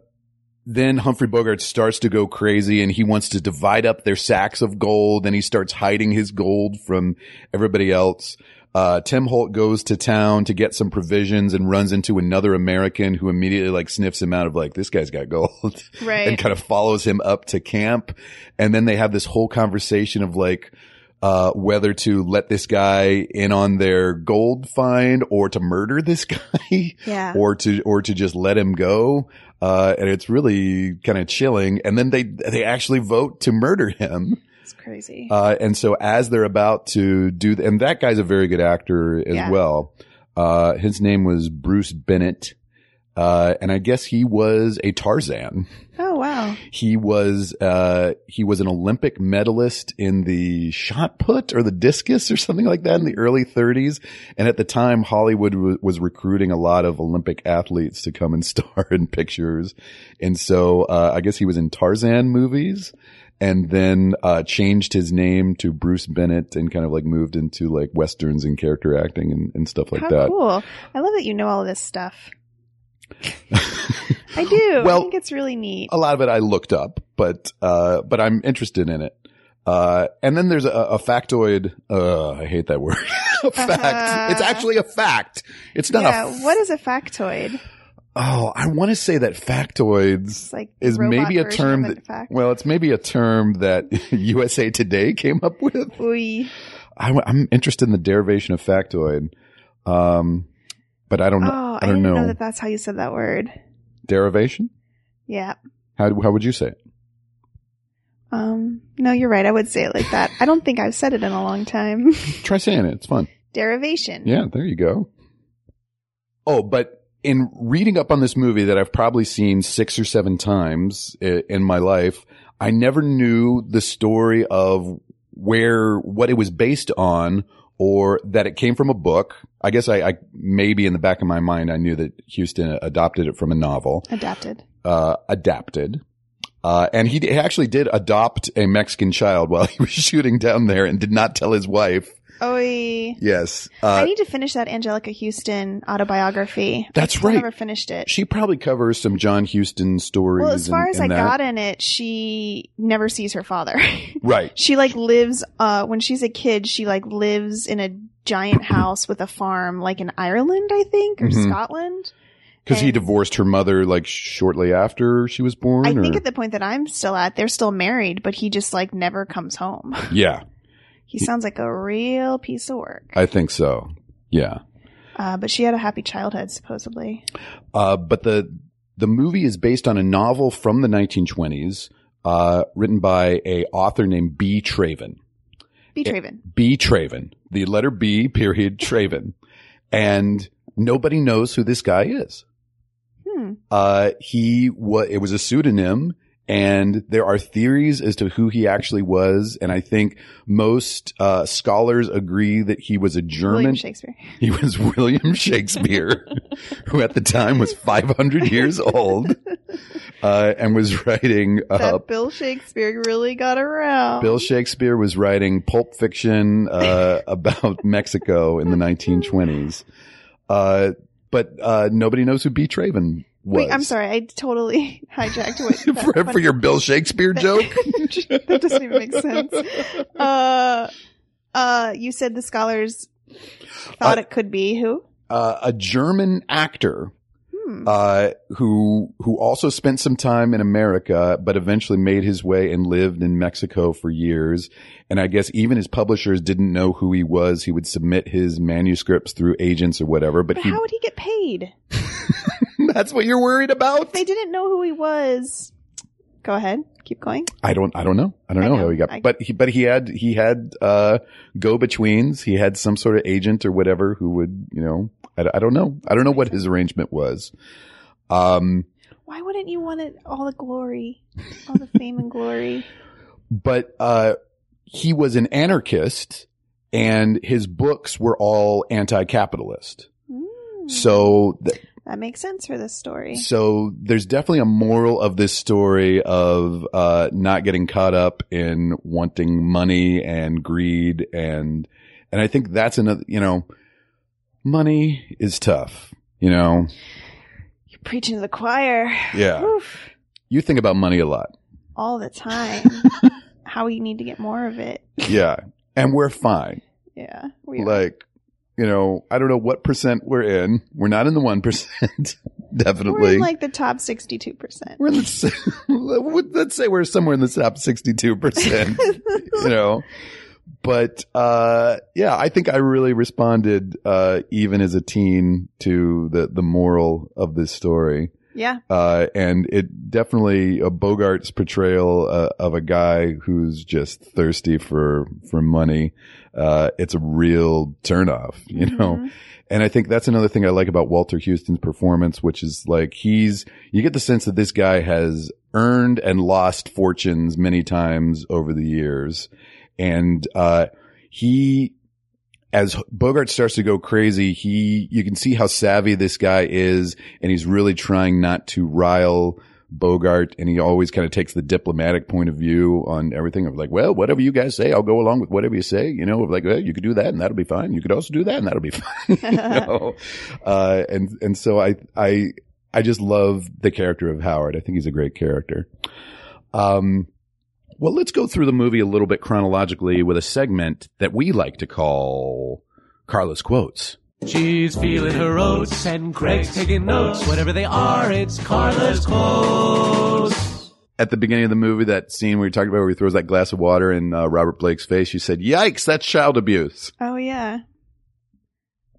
Speaker 2: then Humphrey Bogart starts to go crazy and he wants to divide up their sacks of gold and he starts hiding his gold from everybody else. Uh, Tim Holt goes to town to get some provisions and runs into another American who immediately like sniffs him out of like, this guy's got gold
Speaker 3: Right.
Speaker 2: and kind of follows him up to camp. And then they have this whole conversation of like, uh, whether to let this guy in on their gold find or to murder this (laughs) guy
Speaker 3: yeah.
Speaker 2: or to, or to just let him go. Uh, and it's really kind of chilling. And then they, they actually vote to murder
Speaker 3: (laughs)
Speaker 2: him.
Speaker 3: It's crazy.
Speaker 2: Uh, and so as they're about to do, th- and that guy's a very good actor as
Speaker 3: Yeah.
Speaker 2: well. Uh, his name was Bruce Bennett. Uh, and I guess he was a Tarzan.
Speaker 3: oh wow.
Speaker 2: He was uh he was an Olympic medalist in the shot put or the discus or something like that in the early 30s. And at the time, Hollywood w- was recruiting a lot of Olympic athletes to come and (laughs) star in pictures. And so uh, I guess he was in Tarzan movies. And then uh, changed his name to Bruce Bennett and kind of like moved into like westerns and character acting and, and stuff like
Speaker 3: How
Speaker 2: that.
Speaker 3: cool. I love that you know all this
Speaker 2: (laughs)
Speaker 3: stuff. I do.
Speaker 2: Well- oh,
Speaker 3: I think it's really neat.
Speaker 2: a lot of it I looked up, but uh, but I'm interested in it. Uh, and then there's a, a factoid. Uh, I hate that word. (laughs) a fact.
Speaker 3: Uh-huh.
Speaker 2: It's actually a fact. It's not
Speaker 3: yeah.
Speaker 2: a. f-
Speaker 3: what is a factoid?
Speaker 2: oh, I want to say that
Speaker 3: It's
Speaker 2: factoids.
Speaker 3: like
Speaker 2: Is
Speaker 3: robot
Speaker 2: maybe a
Speaker 3: version
Speaker 2: term
Speaker 3: of a
Speaker 2: that-
Speaker 3: fact.
Speaker 2: Well, it's maybe a term that (laughs) USA Today came up with.
Speaker 3: Oy.
Speaker 2: I, am interested in the derivation of factoid, um, but I don't know.
Speaker 3: Oh,
Speaker 2: I
Speaker 3: I,
Speaker 2: don't
Speaker 3: didn't know.
Speaker 2: know.
Speaker 3: that that's how you said that word.
Speaker 2: derivation.
Speaker 3: Yeah.
Speaker 2: How how would you say it?
Speaker 3: Um, no, you're right. I would say it like that. I don't think I've said it in a long time. (laughs)
Speaker 2: Try saying it. It's fun.
Speaker 3: Derivation.
Speaker 2: Yeah, there you go. Oh, but in reading up on this movie that I've probably seen six or seven times i- in my life, I never knew the story of where, what it was based on or that it came from a book. I guess I, I maybe in the back of my mind, I knew that Houston adopted it from a novel
Speaker 3: Adapted.
Speaker 2: uh, adapted. Uh, and he d- actually did adopt a Mexican child while he was (laughs) shooting down there and did not tell his wife.
Speaker 3: Oy.
Speaker 2: Yes.
Speaker 3: I
Speaker 2: Uh,
Speaker 3: need to finish that Angelica Houston autobiography.
Speaker 2: that's
Speaker 3: I
Speaker 2: right.
Speaker 3: never finished it.
Speaker 2: She probably covers some John Houston stories.
Speaker 3: well, as far
Speaker 2: and-
Speaker 3: as
Speaker 2: and
Speaker 3: I
Speaker 2: that.
Speaker 3: got in it, she never sees her father.
Speaker 2: right.
Speaker 3: she like lives uh when she's a kid she like lives in a giant house with a farm like in ireland i think or
Speaker 2: Mhm.
Speaker 3: scotland
Speaker 2: Because he
Speaker 3: And-
Speaker 2: divorced her mother like shortly after she was born.
Speaker 3: i think
Speaker 2: or-
Speaker 3: at the point that i'm still at they're still married but he just like never comes home (laughs)
Speaker 2: yeah,
Speaker 3: he sounds like a real piece of work
Speaker 2: I think so. Yeah.
Speaker 3: uh, but she had a happy childhood supposedly
Speaker 2: Uh, but the the movie is based on a novel from the 1920s, uh, written by a author named B. Traven.
Speaker 3: be traven
Speaker 2: B. Traven, the letter B period Traven, and nobody knows who this guy is.
Speaker 3: hmm
Speaker 2: Uh, he wa it was a pseudonym and there are theories as to who he actually was. And I think most, uh, scholars agree that he was a
Speaker 3: william
Speaker 2: German.
Speaker 3: shakespeare
Speaker 2: he was (laughs) William Shakespeare,
Speaker 3: (laughs)
Speaker 2: who at the time was 500 years old, uh, and was writing, uh,
Speaker 3: that bill shakespeare really got around
Speaker 2: Bill Shakespeare was writing Pulp Fiction uh,
Speaker 3: (laughs)
Speaker 2: about Mexico in the 1920s. Uh, but uh, nobody knows who B. Traven was.
Speaker 3: wait i'm sorry i totally (laughs) hijacked what that
Speaker 2: for, (laughs) for
Speaker 3: (laughs) funny-
Speaker 2: your Bill Shakespeare joke?
Speaker 3: (laughs) that doesn't even make sense (laughs) uh uh you said the scholars thought it could be who
Speaker 2: Uh, a German actor
Speaker 3: hmm.
Speaker 2: uh, who who also spent some time in America, but eventually made his way and lived in Mexico for years. And I guess even his publishers didn't know who he was. He would submit his manuscripts through agents or whatever, but,
Speaker 3: but
Speaker 2: he
Speaker 3: how would he get paid
Speaker 2: I (laughs) That's what you're worried about?
Speaker 3: They didn't know who he was. Go ahead. Keep going.
Speaker 2: I don't. I don't know. I don't
Speaker 3: I
Speaker 2: know,
Speaker 3: know.
Speaker 2: how he got.
Speaker 3: I-
Speaker 2: but he. But he had. He had uh, go betweens. He had some sort of agent or whatever who would. You know. I, I don't know. I don't know what his arrangement was. Um.
Speaker 3: Why wouldn't you want it all the glory, all the fame and
Speaker 2: (laughs)
Speaker 3: glory?
Speaker 2: But uh, he was an anarchist, and his books were all anti-capitalist.
Speaker 3: Mm,
Speaker 2: So th-
Speaker 3: that makes sense for this story.
Speaker 2: So there's definitely a moral of this story of uh, not getting caught up in wanting money and greed and and I think that's another you know money is tough you know
Speaker 3: You're preaching to the choir.
Speaker 2: yeah
Speaker 3: Oof.
Speaker 2: you think about money a lot
Speaker 3: all the time.
Speaker 2: (laughs)
Speaker 3: How we need to get more of it.
Speaker 2: yeah and we're fine
Speaker 3: Yeah. We are.
Speaker 2: like you know I don't know what percent we're in we're not in the one percent (laughs) definitely
Speaker 3: We're in like the top 62%.
Speaker 2: We're in the, s- (laughs) let's say we're somewhere in the top 62%, you know. But uh, yeah, I think I really responded uh, even as a teen to the, the moral of this story.
Speaker 3: Yeah.
Speaker 2: Uh, and it definitely uh, Bogart's portrayal uh, of a guy who's just thirsty for for money. Uh, it's a real turnoff, you know.
Speaker 3: Mhm.
Speaker 2: And I think that's another thing I like about Walter Houston's performance, which is like he's, you get the sense that this guy has earned and lost fortunes many times over the years. And, uh, he, as Bogart starts to go crazy, he, you can see how savvy this guy is and he's really trying not to rile Bogart and he always kind of takes the diplomatic point of view on everything of like, well, whatever you guys say, I'll go along with whatever you say, you know, of like, well, you could do that and that'll be fine. You could also do that and that'll be (laughs) fine. you know? Uh, and, and so I, I, I just love the character of Howard. I think he's a great character. Um, well, let's go through the movie a little bit chronologically with a segment that we like to call Carlos Quotes.
Speaker 4: She's feeling her oats and Craig's taking notes. Whatever they are, it's Carla's quotes.
Speaker 2: at the beginning of the movie, that scene we talked about where he throws that glass of water in uh, Robert Blake's face, you said, "Yikes, that's child abuse."
Speaker 3: Oh, yeah.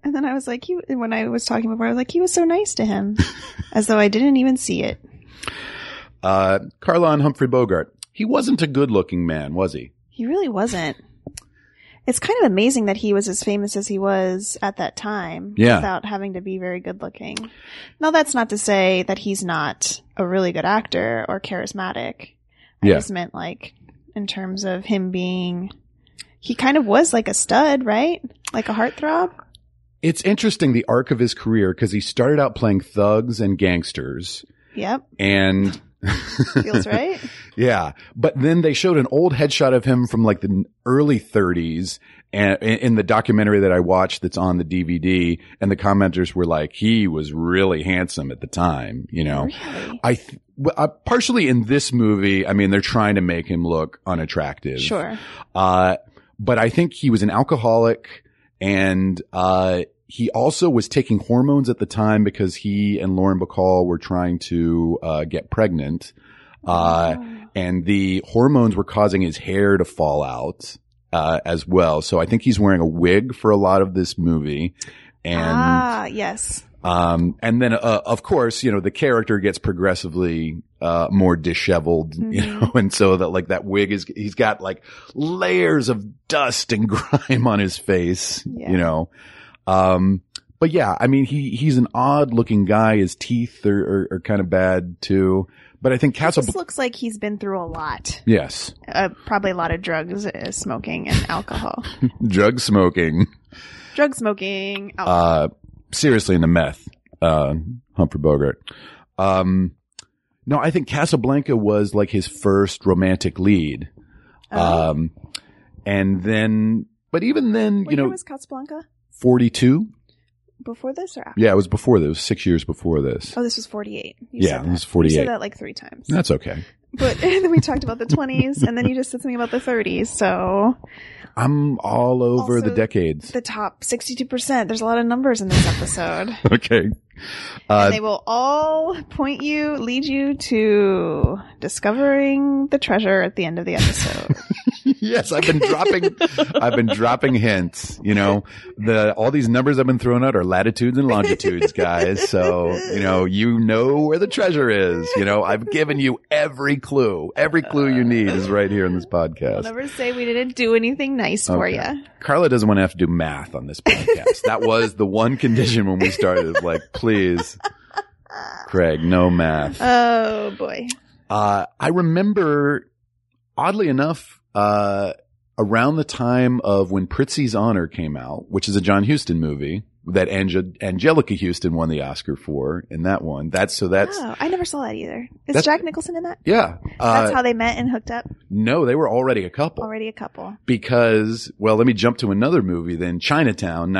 Speaker 3: And then I was like, he, when I was talking before, I was like, he was so nice
Speaker 2: (laughs)
Speaker 3: to him, as though I didn't even see it.
Speaker 2: Uh, Carla on Humphrey Bogart. He wasn't a good-looking man, was he?
Speaker 3: He really wasn't. It's kind of amazing that he was as famous as he was at that time
Speaker 2: Yeah.
Speaker 3: without having to be very good looking. Now, that's not to say that he's not a really good actor or charismatic. I
Speaker 2: Yeah.
Speaker 3: just meant like in terms of him being, he kind of was like a stud, right? Like a heartthrob.
Speaker 2: It's interesting the arc of his career because he started out playing thugs and gangsters,
Speaker 3: Yep.
Speaker 2: and (laughs)
Speaker 3: Feels right.
Speaker 2: Yeah, but then they showed an old headshot of him from like the n- early 30s, and in in the documentary that I watched, that's on the DVD, and the commenters were like, "He was really handsome at the time," you know.
Speaker 3: Really?
Speaker 2: I, th- well, uh, partially in this movie, I mean, they're trying to make him look unattractive.
Speaker 3: Sure.
Speaker 2: Uh, but I think he was an alcoholic and, uh, he also was taking hormones at the time because he and Lauren Bacall were trying to, uh, get pregnant. Uh,
Speaker 3: Oh.
Speaker 2: and the hormones were causing his hair to fall out, uh, as well. So I think he's wearing a wig for a lot of this movie. And,
Speaker 3: ah, yes.
Speaker 2: um, and then, uh, of course, you know, the character gets progressively, uh, more disheveled, you know, (laughs) and so that like that wig is, he's got like layers of dust and (laughs) grime on his face,
Speaker 3: Yeah.
Speaker 2: you know, um, but yeah, I mean, he, he's an odd looking guy. His teeth are, are, are kind of bad too, but I think Castle,
Speaker 3: This looks like he's been through a lot.
Speaker 2: yes,
Speaker 3: Uh, probably a lot of drugs, uh, smoking, and
Speaker 2: (laughs)
Speaker 3: alcohol.
Speaker 2: drug smoking,
Speaker 3: Drug smoking, alcohol.
Speaker 2: uh, seriously into meth, uh, Humphrey Bogart. Um, no, I think Casablanca was like his first romantic lead.
Speaker 3: Oh.
Speaker 2: Um, and then, but even then,
Speaker 3: What
Speaker 2: you know,
Speaker 3: year was Casablanca?
Speaker 2: 42.
Speaker 3: Before this or after?
Speaker 2: Yeah, it was before this, it was six years before this.
Speaker 3: Oh, this was 48. You
Speaker 2: Yeah,
Speaker 3: said
Speaker 2: this is
Speaker 3: that.
Speaker 2: 48.
Speaker 3: You said that like three times.
Speaker 2: That's okay.
Speaker 3: But (laughs) and then we
Speaker 2: (laughs)
Speaker 3: talked about the 20s, and then you just said something about the 30s. So
Speaker 2: I'm all over
Speaker 3: Also,
Speaker 2: the decades.
Speaker 3: the top 62%. There's a lot of numbers in this episode.
Speaker 2: (laughs) okay. Uh,
Speaker 3: and they will all point you, lead you to discovering the treasure at the end of the episode.
Speaker 2: yes, I've been dropping, I've been dropping hints. You know, the all these numbers I've been throwing out are latitudes and longitudes, guys. So you know, you know where the treasure is. You know, I've given you every clue. Every clue you need is right here in this
Speaker 3: I'll
Speaker 2: podcast.
Speaker 3: never say we didn't do anything nice for
Speaker 2: Okay.
Speaker 3: you.
Speaker 2: Carla doesn't want to have to do math on this podcast. that was the one condition when we started. Like, please, Craig, no math.
Speaker 3: Oh boy.
Speaker 2: Uh, I remember, oddly enough, uh, around the time of when Pritzi's Honor came out, which is a John Huston movie that Ange- Angelica Houston won the Oscar for in that one. That's so that's,
Speaker 3: oh, I never saw that either. Is
Speaker 2: that's-
Speaker 3: Jack Nicholson in that?
Speaker 2: yeah. Uh,
Speaker 3: That's how they met and hooked up.
Speaker 2: no, they were already a couple
Speaker 3: Already a couple.
Speaker 2: because, well, let me jump to another movie then Chinatown,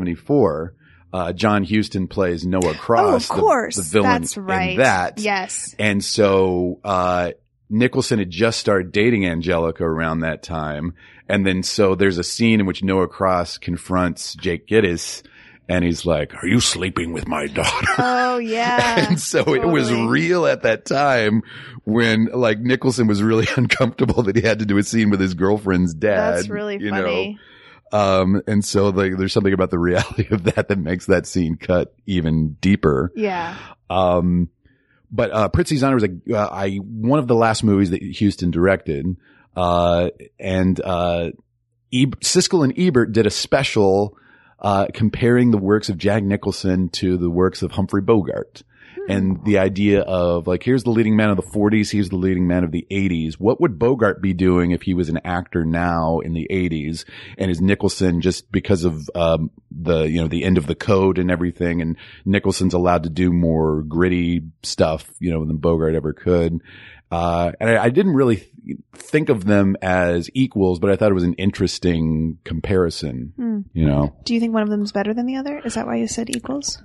Speaker 2: 1974. Uh, John Huston plays Noah Cross,
Speaker 3: oh,
Speaker 2: the-
Speaker 3: of course.
Speaker 2: the, villain
Speaker 3: That's right.
Speaker 2: in that.
Speaker 3: Yes.
Speaker 2: And so, uh, Nicholson had just started dating Angelica around that time. And then so there's a scene in which Noah Cross confronts Jake Gittes and he's like, are you sleeping with my
Speaker 3: (laughs)
Speaker 2: daughter? (laughs)
Speaker 3: Oh yeah.
Speaker 2: and so it was
Speaker 3: totally.
Speaker 2: real at that time when like Nicholson was really (laughs) uncomfortable that he had to do a scene with his girlfriend's dad.
Speaker 3: That's really
Speaker 2: you
Speaker 3: funny.
Speaker 2: know? Um, and so like there's something about the reality (laughs) of that that makes that scene cut even deeper.
Speaker 3: Yeah.
Speaker 2: Um, but uh, Pritzi's Honor was a, uh, I one of the last movies that Houston directed, uh, and uh, Eb- Siskel and Ebert did a special uh, comparing the works of Jack Nicholson to the works of Humphrey Bogart. And the idea of like, here's the leading man of the 40s, here's the leading man of the 80s. What would Bogart be doing if he was an actor now in the 80s? and is Nicholson just because of um, the you know the end of the code and everything, and Nicholson's allowed to do more gritty stuff you know than Bogart ever could. Uh, and I, I didn't really th- think of them as equals, but I thought it was an interesting comparison.
Speaker 3: Hmm.
Speaker 2: You know,
Speaker 3: Do you think one of them's better than the other? Is that why you said equals?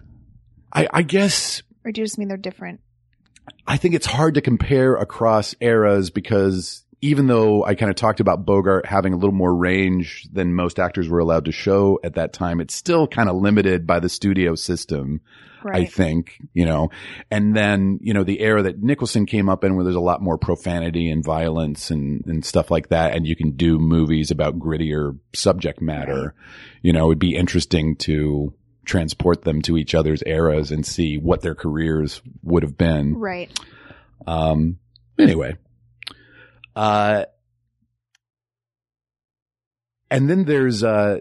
Speaker 2: I, I guess
Speaker 3: Or do you just mean they're different?
Speaker 2: I think it's hard to compare across eras because even though I kind of talked about Bogart having a little more range than most actors were allowed to show at that time, it's still kind of limited by the studio system,
Speaker 3: Right.
Speaker 2: I think, you know. And then, you know, the era that Nicholson came up in where there's a lot more profanity and violence and, and stuff like that. And you can do movies about grittier subject matter. You know, it'd be interesting to transport them to each other's eras and see what their careers would have been.
Speaker 3: Right.
Speaker 2: Um, anyway, uh, and then there's, uh,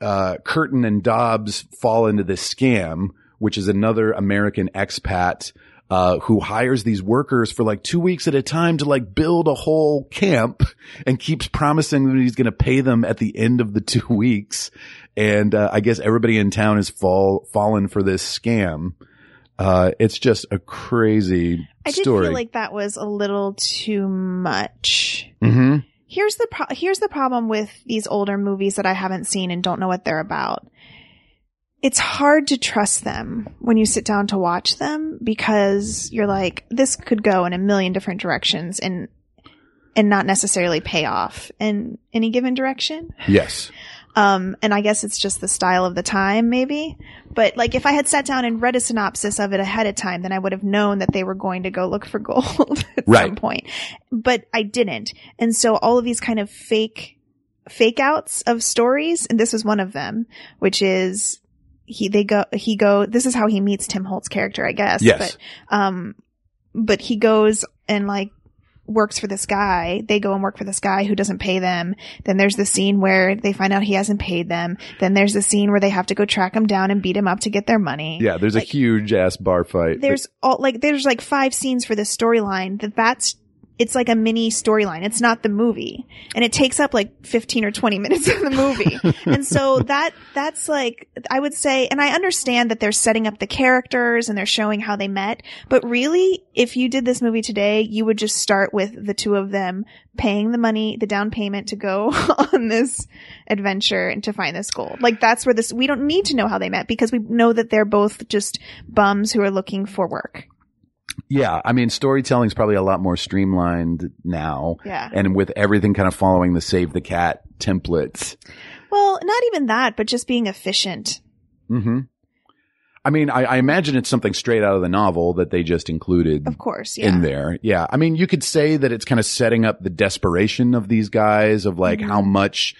Speaker 2: uh, Curtin and Dobbs fall into this scam, which is another American expat, uh, who hires these workers for like two weeks at a time to like build a whole camp and keeps promising them he's going to pay them at the end of the (laughs) two weeks. And, uh, I guess everybody in town has fall, fallen for this scam. Uh, it's just a crazy
Speaker 3: I did
Speaker 2: story.
Speaker 3: feel like that was a little too much.
Speaker 2: mm-hmm.
Speaker 3: Here's the pro- here's the problem with these older movies that I haven't seen and don't know what they're about. It's hard to trust them when you sit down to watch them because you're like this could go in a million different directions and and not necessarily pay off in any given direction.
Speaker 2: Yes.
Speaker 3: Um, and I guess it's just the style of the time, maybe. But like, if I had sat down and read a synopsis of it ahead of time, then I would have known that they were going to go look for (laughs) gold at some
Speaker 2: Right.
Speaker 3: point. But I didn't, and so all of these kind of fake, fake outs of stories, and this is one of them, which is he they go he go this is how he meets Tim Holtz character, I guess.
Speaker 2: Yes.
Speaker 3: But um, but he goes and like works for this guy. They go and work for this guy who doesn't pay them. Then there's the scene where they find out he hasn't paid them. Then there's the scene where they have to go track him down and beat him up to get their money.
Speaker 2: Yeah. There's a
Speaker 3: Like-
Speaker 2: huge ass bar fight.
Speaker 3: There's all like there's like five scenes for this storyline that that's it's like a mini storyline. It's not the movie. And it takes up like 15 or 20 (laughs) minutes of the movie. and so that that's like I would say and I understand that they're setting up the characters and they're showing how they met, but really if you did this movie today, you would just start with the two of them paying the money, the down payment to go (laughs) on this adventure and to find this gold. Like that's where this we don't need to know how they met because we know that they're both just bums who are looking for work.
Speaker 2: yeah. I mean, storytelling's probably a lot more streamlined now.
Speaker 3: Yeah.
Speaker 2: And with everything kind of following the save the cat templates.
Speaker 3: Well, not even that, but just being efficient.
Speaker 2: Mm-hmm. I mean, I, I imagine it's something straight out of the novel that they just included
Speaker 3: Of course, yeah.
Speaker 2: in there. Yeah. I mean, you could say that it's kind of setting up the desperation of these guys of like
Speaker 3: Mm-hmm.
Speaker 2: how much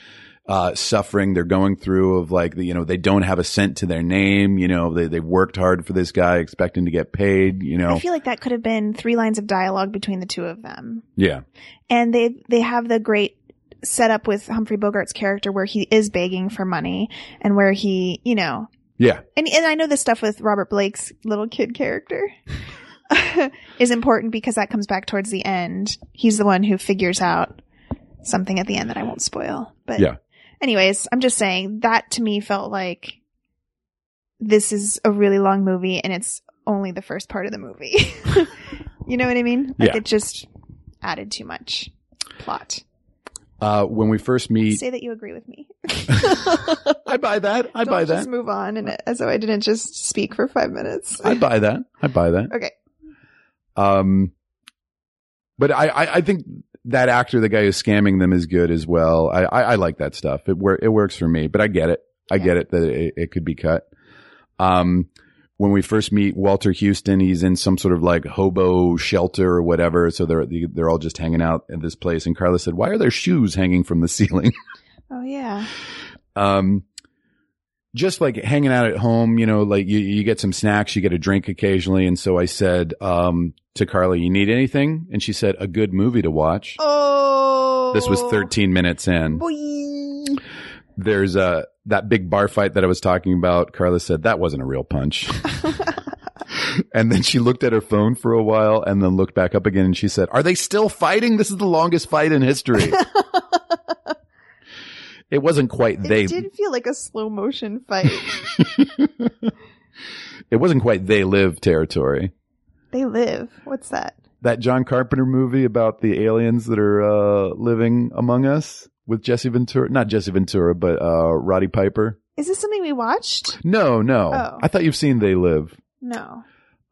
Speaker 2: uh, suffering they're going through of like, the, you know, they don't have a cent to their name. You know, they, they worked hard for this guy expecting to get paid, you know?
Speaker 3: I feel like that could have been three lines of dialogue between the two of them.
Speaker 2: yeah.
Speaker 3: and they they have the great setup with Humphrey Bogart's character where he is begging for money and where he, you know,
Speaker 2: Yeah.
Speaker 3: and and I know this stuff with Robert Blake's little kid character (laughs) is important because that comes back towards the end. He's the one who figures out something at the end that I won't spoil. But
Speaker 2: Yeah.
Speaker 3: Anyways, I'm just saying that to me felt like this is a really long movie and it's only the first part of the movie. (laughs) you know what I mean? Like
Speaker 2: Yeah.
Speaker 3: it just added too much plot.
Speaker 2: Uh, when we first
Speaker 3: (laughs)
Speaker 2: meet,
Speaker 3: Say that you agree with me.
Speaker 2: I buy that. I
Speaker 3: Don't
Speaker 2: buy
Speaker 3: just
Speaker 2: that.
Speaker 3: move on and as though I didn't just speak for five minutes.
Speaker 2: I buy that. I buy that.
Speaker 3: Okay.
Speaker 2: Um, but I, I, I think that actor, the guy who's scamming them, is good as well. I, I, I like that stuff. It wor- it works for me. But I get it. I get it that it, it could be cut. Um, when we first meet Walter Houston, he's in some sort of like hobo shelter or whatever. So they're they're all just hanging out at this place. And Carla said, "Why are there shoes hanging from the (laughs) ceiling?"
Speaker 3: Oh yeah.
Speaker 2: um, just like hanging out at home, you know, like you, you get some snacks, you get a drink occasionally. And so I said, um, to Carly, you need anything? And she said, a good movie to watch.
Speaker 3: Oh.
Speaker 2: This was 13 minutes in.
Speaker 3: Boy.
Speaker 2: There's a, that big bar fight that I was talking about. Carla said that wasn't a real
Speaker 3: (laughs)
Speaker 2: punch. and then she looked at her phone for a while and then looked back up again and she said, are they still fighting? This is the longest fight in
Speaker 3: (laughs)
Speaker 2: history. it wasn't quite
Speaker 3: It
Speaker 2: they.
Speaker 3: did feel like a slow motion fight.
Speaker 2: (laughs) it wasn't quite they live territory.
Speaker 3: they live. What's that?
Speaker 2: That John Carpenter movie about the aliens that are uh, living among us with Jesse Ventura, not Jesse Ventura, but uh, Roddy Piper.
Speaker 3: Is this something we watched?
Speaker 2: No, no.
Speaker 3: Oh.
Speaker 2: I thought you've seen They Live.
Speaker 3: No.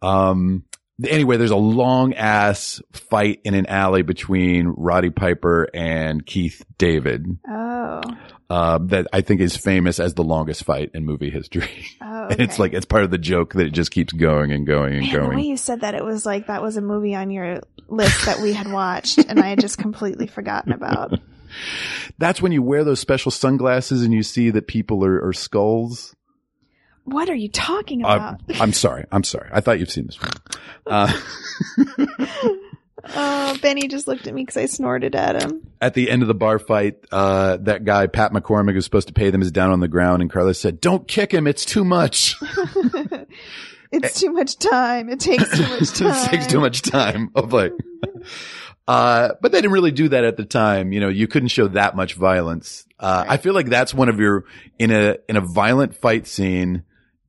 Speaker 2: Um, anyway, there's a long ass fight in an alley between Roddy Piper and Keith David
Speaker 3: Oh.
Speaker 2: uh, that I think is famous as the longest fight in movie history. (laughs)
Speaker 3: Oh.
Speaker 2: and it's
Speaker 3: okay.
Speaker 2: like it's part of the joke that it just keeps going and going and
Speaker 3: Man,
Speaker 2: going.
Speaker 3: the way you said that, it was like that was a movie on your list that we had watched, and I had just completely forgotten
Speaker 2: (laughs)
Speaker 3: about.
Speaker 2: That's when you wear those special sunglasses and you see that people are, are skulls.
Speaker 3: What are you talking
Speaker 2: Uh,
Speaker 3: about?
Speaker 2: I'm sorry. I'm sorry. I thought you've seen this one. Uh,
Speaker 3: oh, Benny just looked at me because I snorted at him.
Speaker 2: at the end of the bar fight, uh, that guy, Pat McCormick, who's supposed to pay them, is down on the ground and Carlos said, don't kick him. It's too much. (laughs)
Speaker 3: It's too much time. It takes
Speaker 2: (laughs)
Speaker 3: too much time.
Speaker 2: Eh. it takes too much time. (laughs) Of like, uh, but they didn't really do that at the time. You know, you couldn't show that much violence. Uh, I feel like that's one of your in a in a violent fight scene,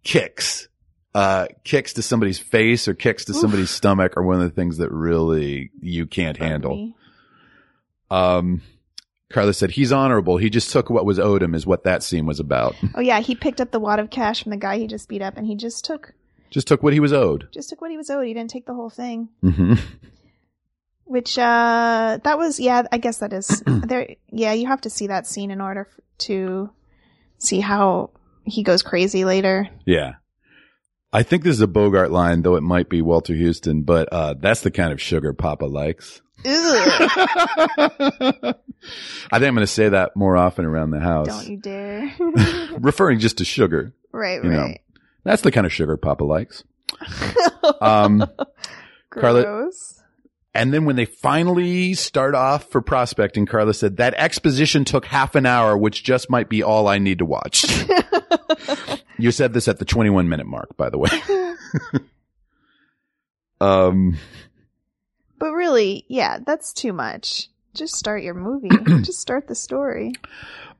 Speaker 2: kicks, uh, kicks to somebody's face or kicks to somebody's stomach are one of the things that really you can't handle. Um, Carla said he's honorable. He just took what was owed him. Is what that scene was about. (laughs)
Speaker 3: Oh yeah, he picked up the wad of cash from the guy he just beat up, and he just took
Speaker 2: just took what he was owed.
Speaker 3: just took what he was owed. He didn't take the whole thing.
Speaker 2: hmm
Speaker 3: Which uh that was yeah, I guess
Speaker 2: (clears throat)
Speaker 3: that is there yeah, you have to see that scene in order f- to see how he goes crazy later.
Speaker 2: Yeah. I think this is a Bogart line, though it might be Walter Houston, but uh, that's the kind of sugar Papa likes.
Speaker 3: Ugh,
Speaker 2: I think I'm going to say that more often around the house,
Speaker 3: (laughs) don't you dare. (laughs)
Speaker 2: referring just to sugar.
Speaker 3: right,
Speaker 2: You know,
Speaker 3: right.
Speaker 2: That's the kind of sugar Papa likes. (laughs) um, Carla-
Speaker 3: Gross. (laughs)
Speaker 2: and then when they finally start off for prospecting, Carla said, That exposition took half an hour, which just might be all I need to watch. you said this at the 21 minute mark, by the way. (laughs) um,
Speaker 3: But really, yeah, that's too much. Just start your
Speaker 2: (clears throat)
Speaker 3: movie. Just start the story.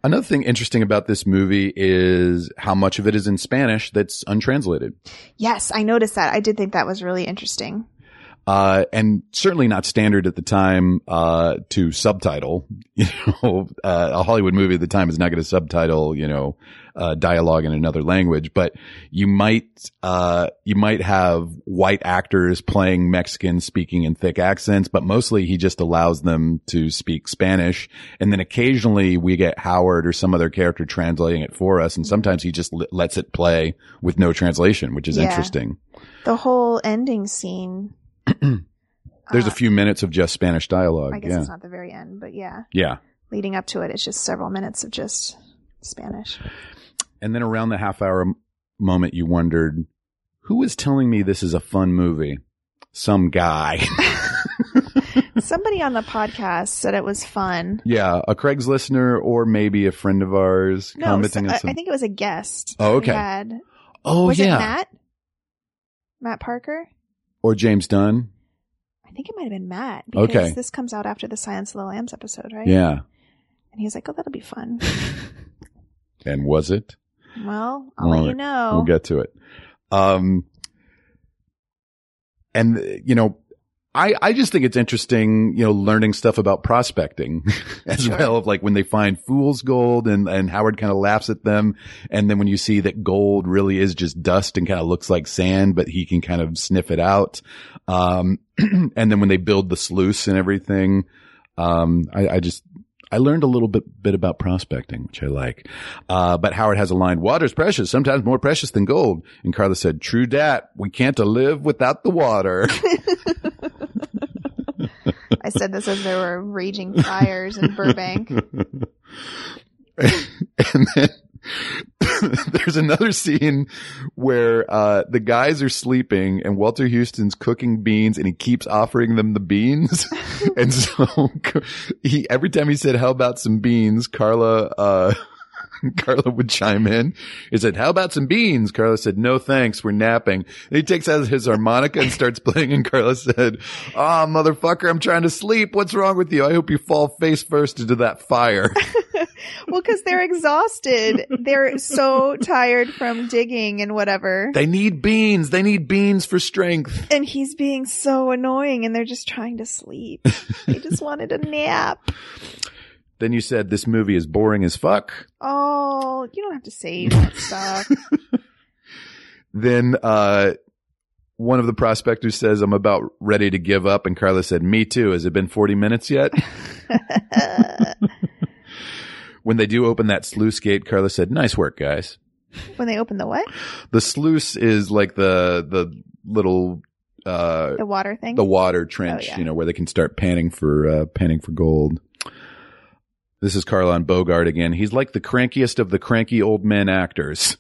Speaker 2: Another thing interesting about this movie is how much of it is in Spanish that's untranslated.
Speaker 3: Yes, I noticed that. I did think that was really interesting.
Speaker 2: uh, and certainly not standard at the time uh, to subtitle. (laughs) You know, uh, a Hollywood movie at the time is not going to subtitle you know uh, dialogue in another language, but you might uh, you might have white actors playing Mexicans speaking in thick accents, but mostly he just allows them to speak Spanish, and then occasionally we get Howard or some other character translating it for us, and sometimes he just l- lets it play with no translation, which is
Speaker 3: Yeah.
Speaker 2: interesting.
Speaker 3: The whole ending scene.
Speaker 2: (clears throat) There's
Speaker 3: Uh,
Speaker 2: a few minutes of just Spanish dialogue.
Speaker 3: I guess
Speaker 2: yeah.
Speaker 3: it's not the very end, but yeah,
Speaker 2: Yeah.
Speaker 3: leading up to it, it's just several minutes of just Spanish.
Speaker 2: And then around the half hour m- moment, you wondered, who is telling me this is a fun movie? Some guy. (laughs)
Speaker 3: Somebody on the podcast said it was fun.
Speaker 2: yeah. A Craig's listener or maybe a friend of ours
Speaker 3: No,
Speaker 2: commenting
Speaker 3: so-
Speaker 2: on
Speaker 3: I,
Speaker 2: some.
Speaker 3: I think it was a guest.
Speaker 2: Oh,
Speaker 3: we
Speaker 2: okay.
Speaker 3: had.
Speaker 2: oh,
Speaker 3: was
Speaker 2: yeah.
Speaker 3: it Matt? Matt Parker?
Speaker 2: Or James Dunn.
Speaker 3: I think it might have been Matt because
Speaker 2: Okay.
Speaker 3: this comes out after the Science of the Lambs episode, right?
Speaker 2: Yeah.
Speaker 3: And he was like, "Oh, that'll
Speaker 2: (laughs)
Speaker 3: be fun."
Speaker 2: And was it?
Speaker 3: well, I'll
Speaker 2: Well,
Speaker 3: let you know.
Speaker 2: We'll get to it. Um, and uh, you know, I, I just think it's interesting, you know, learning stuff about prospecting (laughs) as well of like when they find fool's gold and, and Howard kind of laughs at them. And then when you see that gold really is just dust and kind of looks like sand, but he can kind of sniff it out. Um, (clears throat) and then when they build the sluice and everything, um, I, I just, I learned a little bit, bit about prospecting, which I like. Uh, but Howard has a line, water's precious, sometimes more precious than gold. And Carla said, true dat. We can't a live without the water. (laughs)
Speaker 3: I said this as there were raging fires in
Speaker 2: (laughs)
Speaker 3: Burbank.
Speaker 2: and then (laughs) there's another scene where uh, the guys are sleeping and Walter Houston's cooking beans and he keeps offering them the beans. (laughs) and so (laughs) he every time he said, How about some beans? Carla uh (laughs) Carla would chime in. He said, How about some beans? Carla said, No thanks, we're napping. And he takes out his harmonica and starts playing, and Carla said, Ah, motherfucker, I'm trying to sleep. What's wrong with you? I hope you fall face first into that fire. (laughs)
Speaker 3: well, because they're exhausted. They're so tired from digging and whatever.
Speaker 2: They need beans. They need beans for strength.
Speaker 3: and he's being so annoying, and they're just trying
Speaker 2: (laughs)
Speaker 3: to sleep. they just wanted a nap.
Speaker 2: Then you said this movie is boring as fuck.
Speaker 3: Oh, you don't have to say
Speaker 2: (laughs)
Speaker 3: that stuff.
Speaker 2: Then uh one of the prospectors says, I'm about ready to give up. And Carla said, Me too. Has it been 40 minutes yet?
Speaker 3: (laughs)
Speaker 2: when they do open that sluice gate, Carla said, Nice work, guys.
Speaker 3: when they open the what?
Speaker 2: The sluice is like the the little uh
Speaker 3: The water thing.
Speaker 2: the water trench,
Speaker 3: Oh, yeah.
Speaker 2: you know, where they can start panning for uh, panning for gold. This is Carlon Bogart again. He's like the crankiest of the cranky old men actors.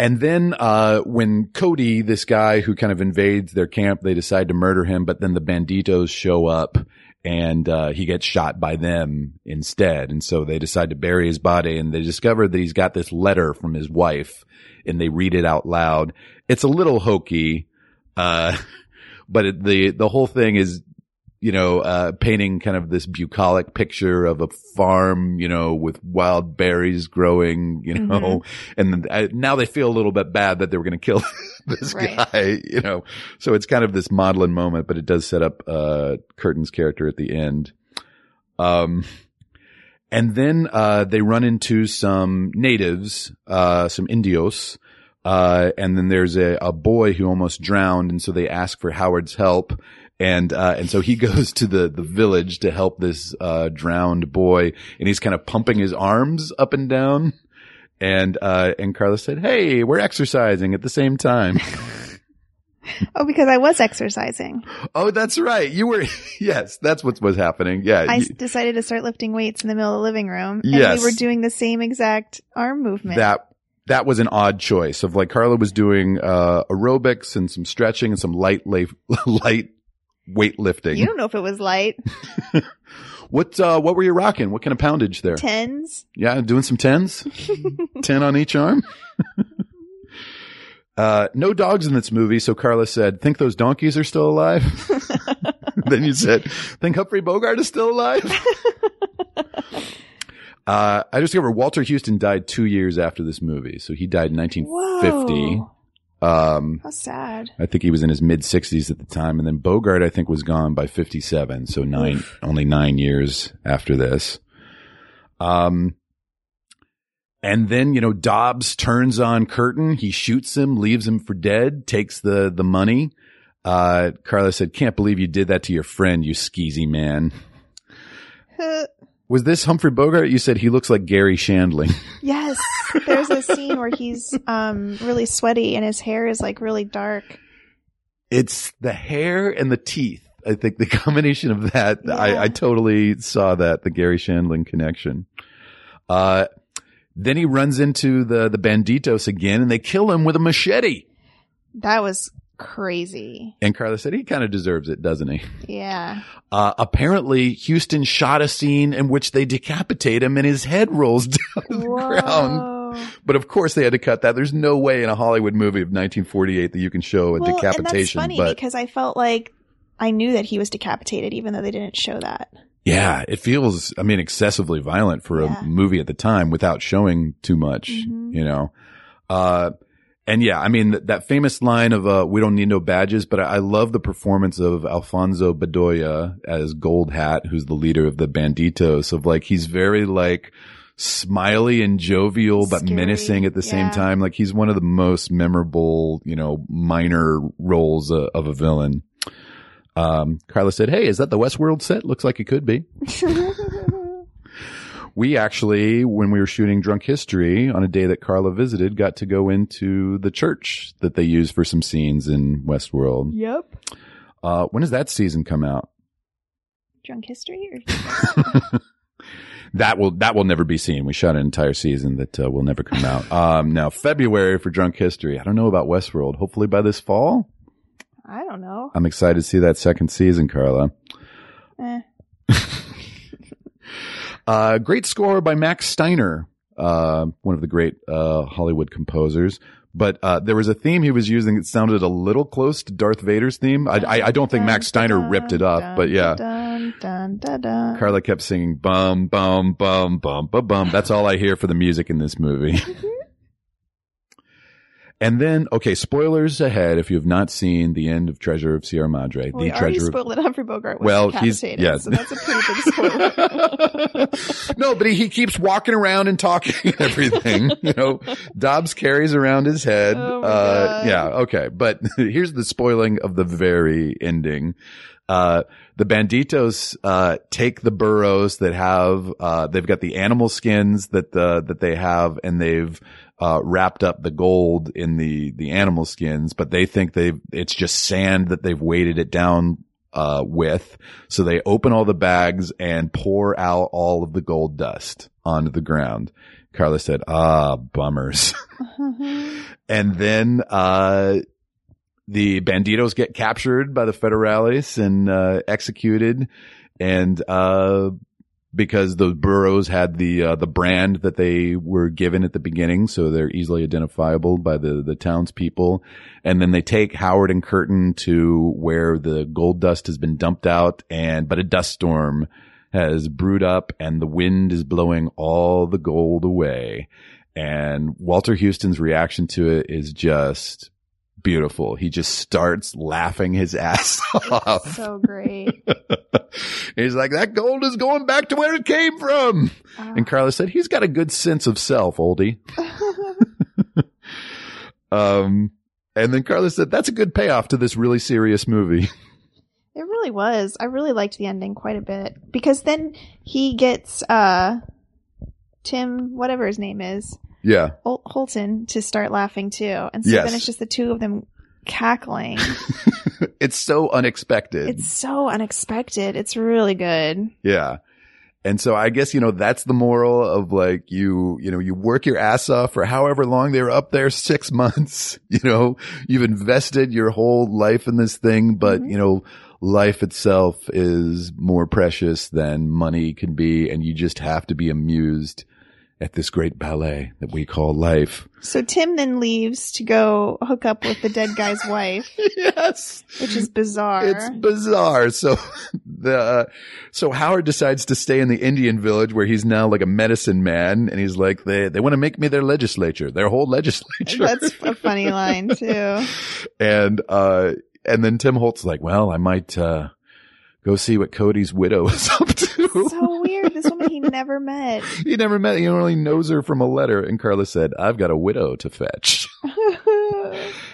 Speaker 2: And then uh, when Cody, this guy who kind of invades their camp, they decide to murder him, but then the banditos show up and uh, he gets shot by them instead. And so they decide to bury his body and they discover that he's got this letter from his wife and they read it out loud. It's a little hokey, uh, (laughs) but it, the, the whole thing is you know, uh, painting kind of this bucolic picture of a farm, you know, with wild berries growing, you know, and I, now they feel a little bit bad that they were going to kill (laughs) this
Speaker 3: Right.
Speaker 2: guy, you know, so it's kind of this maudlin moment, but it does set up, uh, Curtin's character at the end. Um, and then, uh, they run into some natives, uh, some Indios, uh, and then there's a, a boy who almost drowned. And so they ask for Howard's help. And, uh, and so he (laughs) goes to the, the village to help this, uh, drowned boy. And he's kind of pumping his arms up and down. And, uh, and Carlos said, Hey, we're exercising at the same
Speaker 3: (laughs)
Speaker 2: time.
Speaker 3: (laughs) oh, because I was exercising.
Speaker 2: oh, that's right. You were, (laughs) yes, that's what was happening. Yeah.
Speaker 3: I
Speaker 2: Uh, you-
Speaker 3: s- decided to start lifting weights in the middle of the living room, and
Speaker 2: Yes.
Speaker 3: we were doing the same exact arm movement.
Speaker 2: that that was an odd choice of like Carla was doing uh aerobics and some stretching and some light la- (laughs) light weightlifting.
Speaker 3: you don't know if it was light
Speaker 2: What uh, what were you rocking? What kind of poundage there?
Speaker 3: tens.
Speaker 2: Yeah, doing some tens, ten on each arm. (laughs) uh, no dogs in this movie, so Carla said, "Think those donkeys are still alive." then you said, "Think Humphrey Bogart is still alive." Uh, I discovered Walter Houston died two years after this movie, so he died in 1950.
Speaker 3: Whoa.
Speaker 2: Um,
Speaker 3: How sad. (laughs)
Speaker 2: I think he was in his mid 60s at the time. And then Bogart, I think, was gone by 57. So nine, only nine years after this. Um, and then, you know, Dobbs turns on Curtin. He shoots him, leaves him for dead, takes the, the money. Uh, Carla said, can't believe you did that to your friend, you skeezy man. Was this Humphrey Bogart? You said he looks like Gary Shandling.
Speaker 3: yes. There's a scene where he's um really sweaty and his hair is like really dark.
Speaker 2: it's the hair and the teeth. I think the (laughs) combination of that, I, I totally saw that, the Gary Shandling connection. Uh, then he runs into the, the banditos again and they kill him with a machete.
Speaker 3: That was crazy.
Speaker 2: And Carla said he kind of deserves it, doesn't he? (laughs)
Speaker 3: Yeah.
Speaker 2: Uh, apparently Houston shot a scene in which they decapitate him and his head rolls down to the ground.
Speaker 3: Whoa.
Speaker 2: (laughs) But of course they had to cut that. There's no way in a Hollywood movie of 1948 that you can show a
Speaker 3: Well,
Speaker 2: decapitation.
Speaker 3: And that's funny
Speaker 2: but
Speaker 3: because I felt like I knew that he was decapitated, even though they didn't show
Speaker 2: (laughs)
Speaker 3: that.
Speaker 2: Yeah, it feels, I mean, excessively violent for
Speaker 3: Yeah.
Speaker 2: a movie at the time without showing too much,
Speaker 3: Mhm.
Speaker 2: you know? Uh, and yeah, I mean, th- that famous line of, uh, we don't need no badges, but I, I love the performance of Alfonso Bedoya as Gold Hat, who's the leader of the Banditos of like, he's very like smiley and jovial, but
Speaker 3: Scary,
Speaker 2: menacing at the same
Speaker 3: yeah.
Speaker 2: time. Like he's one of the most memorable, you know, minor roles uh, of a villain. Um, Carla said, Hey, is that the Westworld set? Looks like it could be. We actually, when we were shooting Drunk History on a day that Carla visited, got to go into the church that they used for some scenes in Westworld.
Speaker 3: yep.
Speaker 2: Uh, when does that season come out?
Speaker 3: Drunk history? Or-
Speaker 2: That will that will never be seen. We shot an entire season that uh, will never come out. Um, now February for Drunk History. I don't know about Westworld. Hopefully by this fall.
Speaker 3: I don't know.
Speaker 2: I'm excited to see that second season, Carla.
Speaker 3: Eh.
Speaker 2: (laughs) Uh, great score by Max Steiner, uh, one of the great uh, Hollywood composers. But uh, there was a theme he was using that sounded a little close to Darth Vader's theme. I, I, I don't think Max Steiner ripped it up, but yeah.
Speaker 3: Dun, dun, dun, dun.
Speaker 2: Carla kept singing bum bum bum bum bum bum. That's all I hear for the music in this movie. (laughs) and then, okay, spoilers ahead if you have not seen the end of Treasure of Sierra Madre,
Speaker 3: Well, we
Speaker 2: the
Speaker 3: already
Speaker 2: Treasure of
Speaker 3: spoiled that Humphrey Bogart was
Speaker 2: Well,
Speaker 3: well,
Speaker 2: he's-
Speaker 3: decapitated,
Speaker 2: yes.
Speaker 3: so that's a pretty
Speaker 2: (laughs)
Speaker 3: big spoiler.
Speaker 2: (laughs) no, but he, he keeps walking around and talking and everything. you know, Dobbs carries around his head.
Speaker 3: Oh my
Speaker 2: uh,
Speaker 3: God.
Speaker 2: yeah, okay. But (laughs) here's the spoiling of the very ending. Uh, the banditos, uh, take the burros that have, uh, they've got the animal skins that, uh, that they have and they've, uh, wrapped up the gold in the, the animal skins, but they think they, it's just sand that they've weighted it down uh, with. So they open all the bags and pour out all of the gold dust onto the ground. Carla said, ah, bummers. (laughs) and then, uh, the banditos get captured by the federales and, uh, executed. And, uh, because the burros had the uh, the brand that they were given at the beginning, so they're easily identifiable by the the townspeople. And then they take Howard and Curtin to where the gold dust has been dumped out, and but a dust storm has brewed up, and the wind is blowing all the gold away. And Walter Houston's reaction to it is just beautiful. He just starts laughing his (laughs) ass off.
Speaker 3: so great.
Speaker 2: (laughs) He's like, that gold is going back to where it came from. And Carla said, he's got a good sense of self, oldie.
Speaker 3: Ah. (laughs)
Speaker 2: Um, and then Carla said, that's a good payoff to this really serious movie. (laughs)
Speaker 3: It really was. I really liked the ending quite a bit because then he gets uh Tim, whatever his name is,
Speaker 2: yeah. (laughs)
Speaker 3: Hol- Holton, to start laughing too, and so
Speaker 2: Yes.
Speaker 3: then it's just the two of them cackling.
Speaker 2: It's so unexpected.
Speaker 3: it's so unexpected. It's really good.
Speaker 2: Yeah. And so I guess, you know, that's the moral of like you, you know, you work your ass off for however long they were up there, six (laughs) months, you know, you've invested your whole life in this thing, but
Speaker 3: Mhm.
Speaker 2: you know, life itself is more precious than money can be. And you just have to be amused at this great ballet that we call life.
Speaker 3: So Tim then leaves to go hook up with the dead guy's wife,
Speaker 2: yes.
Speaker 3: which is bizarre.
Speaker 2: It's bizarre. So (laughs) the uh, so Howard decides to stay in the Indian village where he's now like a medicine man, and he's like they they want to make me their legislature, their whole (laughs) legislature,
Speaker 3: That's a funny line too.
Speaker 2: and uh and then Tim Holt's like, well, I might uh go see what Cody's widow (laughs) is up to.
Speaker 3: So weird. This woman he never met. (laughs)
Speaker 2: he never met, he only knows her from a letter, and Carla said, I've got a widow to fetch. (laughs)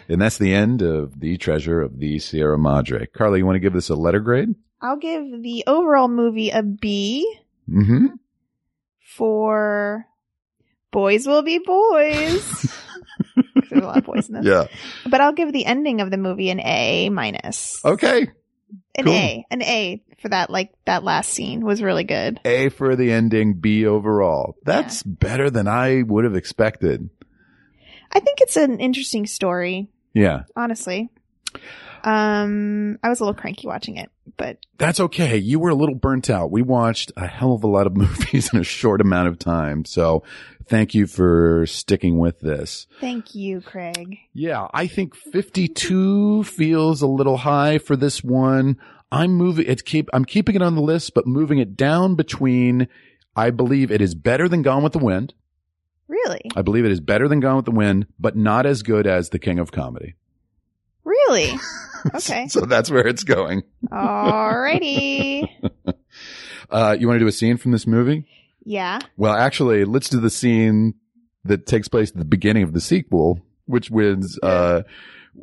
Speaker 2: And that's the end of The Treasure of the Sierra Madre. Carla, you want to give this a letter grade?
Speaker 3: I'll give the overall movie a B
Speaker 2: Mm-hmm.
Speaker 3: for boys will be
Speaker 2: (laughs)
Speaker 3: boys. 'Cause There's a lot of boys in this.
Speaker 2: Yeah.
Speaker 3: But I'll give the ending of the movie an A minus.
Speaker 2: Okay.
Speaker 3: an
Speaker 2: Oh, cool.
Speaker 3: A, an A for that. Like that last scene was really good.
Speaker 2: A for the ending, B overall. That's better than I would have expected.
Speaker 3: I think it's an interesting story,
Speaker 2: Yeah.
Speaker 3: honestly. Um, I was a little cranky watching it, but
Speaker 2: That's okay. You were a little burnt out. We watched a hell of a lot of (laughs) movies in a short amount of time. So thank you for sticking with this.
Speaker 3: thank you, Craig.
Speaker 2: Yeah, I think 52 feels a little high for this one. I'm moving it's keep I'm keeping it on the list but moving it down between I believe it is better than Gone with the Wind.
Speaker 3: Really,
Speaker 2: I believe it is better than Gone with the Wind, but not as good as The King of Comedy. (laughs)
Speaker 3: really. Okay,
Speaker 2: So that's where it's going.
Speaker 3: alrighty.
Speaker 2: Uh you want to do a scene from this movie?
Speaker 3: Yeah.
Speaker 2: Well, actually, let's do the scene that takes place at the beginning of the sequel, which wins, uh,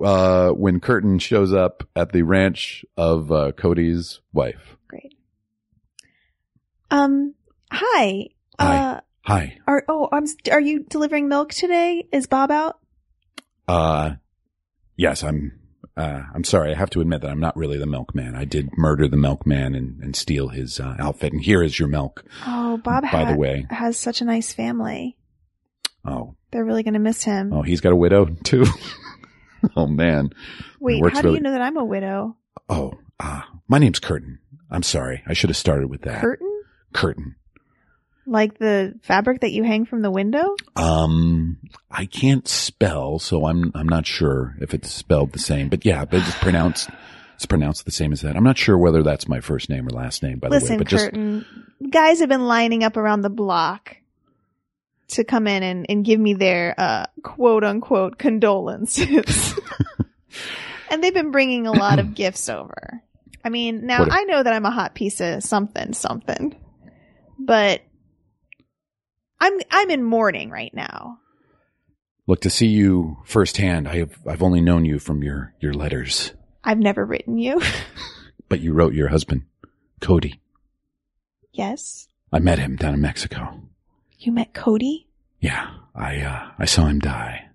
Speaker 2: uh, when Curtin shows up at the ranch of, uh, Cody's wife.
Speaker 3: Great. Um. Hi.
Speaker 2: Hi.
Speaker 3: Uh.
Speaker 2: Hi.
Speaker 3: Are oh I'm s- are you delivering milk today? Is Bob out?
Speaker 2: Uh, yes, I'm, uh, I'm sorry. I have to admit that I'm not really the milkman. I did murder the milkman and, and steal his, uh, outfit. And here is your milk,
Speaker 3: Oh, Bob.
Speaker 2: by
Speaker 3: ha-
Speaker 2: the way.
Speaker 3: has such a nice family.
Speaker 2: Oh,
Speaker 3: They're really gonna miss him.
Speaker 2: oh, he's got a widow too. (laughs) oh man.
Speaker 3: Wait,
Speaker 2: works
Speaker 3: how do
Speaker 2: really-
Speaker 3: you know that I'm a widow?
Speaker 2: Oh, ah, my name's Curtin. I'm sorry. I should have started with that.
Speaker 3: Curtain.
Speaker 2: Curtin.
Speaker 3: Like the fabric that you hang from the window?
Speaker 2: Um, I can't spell, so I'm I'm not sure if it's spelled the same. But yeah, but it's pronounced it's pronounced the same as that. I'm not sure whether that's my first name or last name. By
Speaker 3: Listen,
Speaker 2: the way, but
Speaker 3: Curtin, guys have been lining up around the block to come in and, and give me their uh, quote
Speaker 2: (laughs)
Speaker 3: unquote condolences. and they've been bringing a lot
Speaker 2: (clears throat)
Speaker 3: of gifts over. I mean, now
Speaker 2: What a-
Speaker 3: I know that I'm a hot piece of something, something, but I'm I'm in mourning right now.
Speaker 2: look to see you firsthand. I have I've only known you from your your letters,
Speaker 3: I've never written you. (laughs)
Speaker 2: but you wrote your husband, Cody.
Speaker 3: yes,
Speaker 2: I met him down in Mexico.
Speaker 3: you met Cody.
Speaker 2: Yeah, I uh, I saw him die.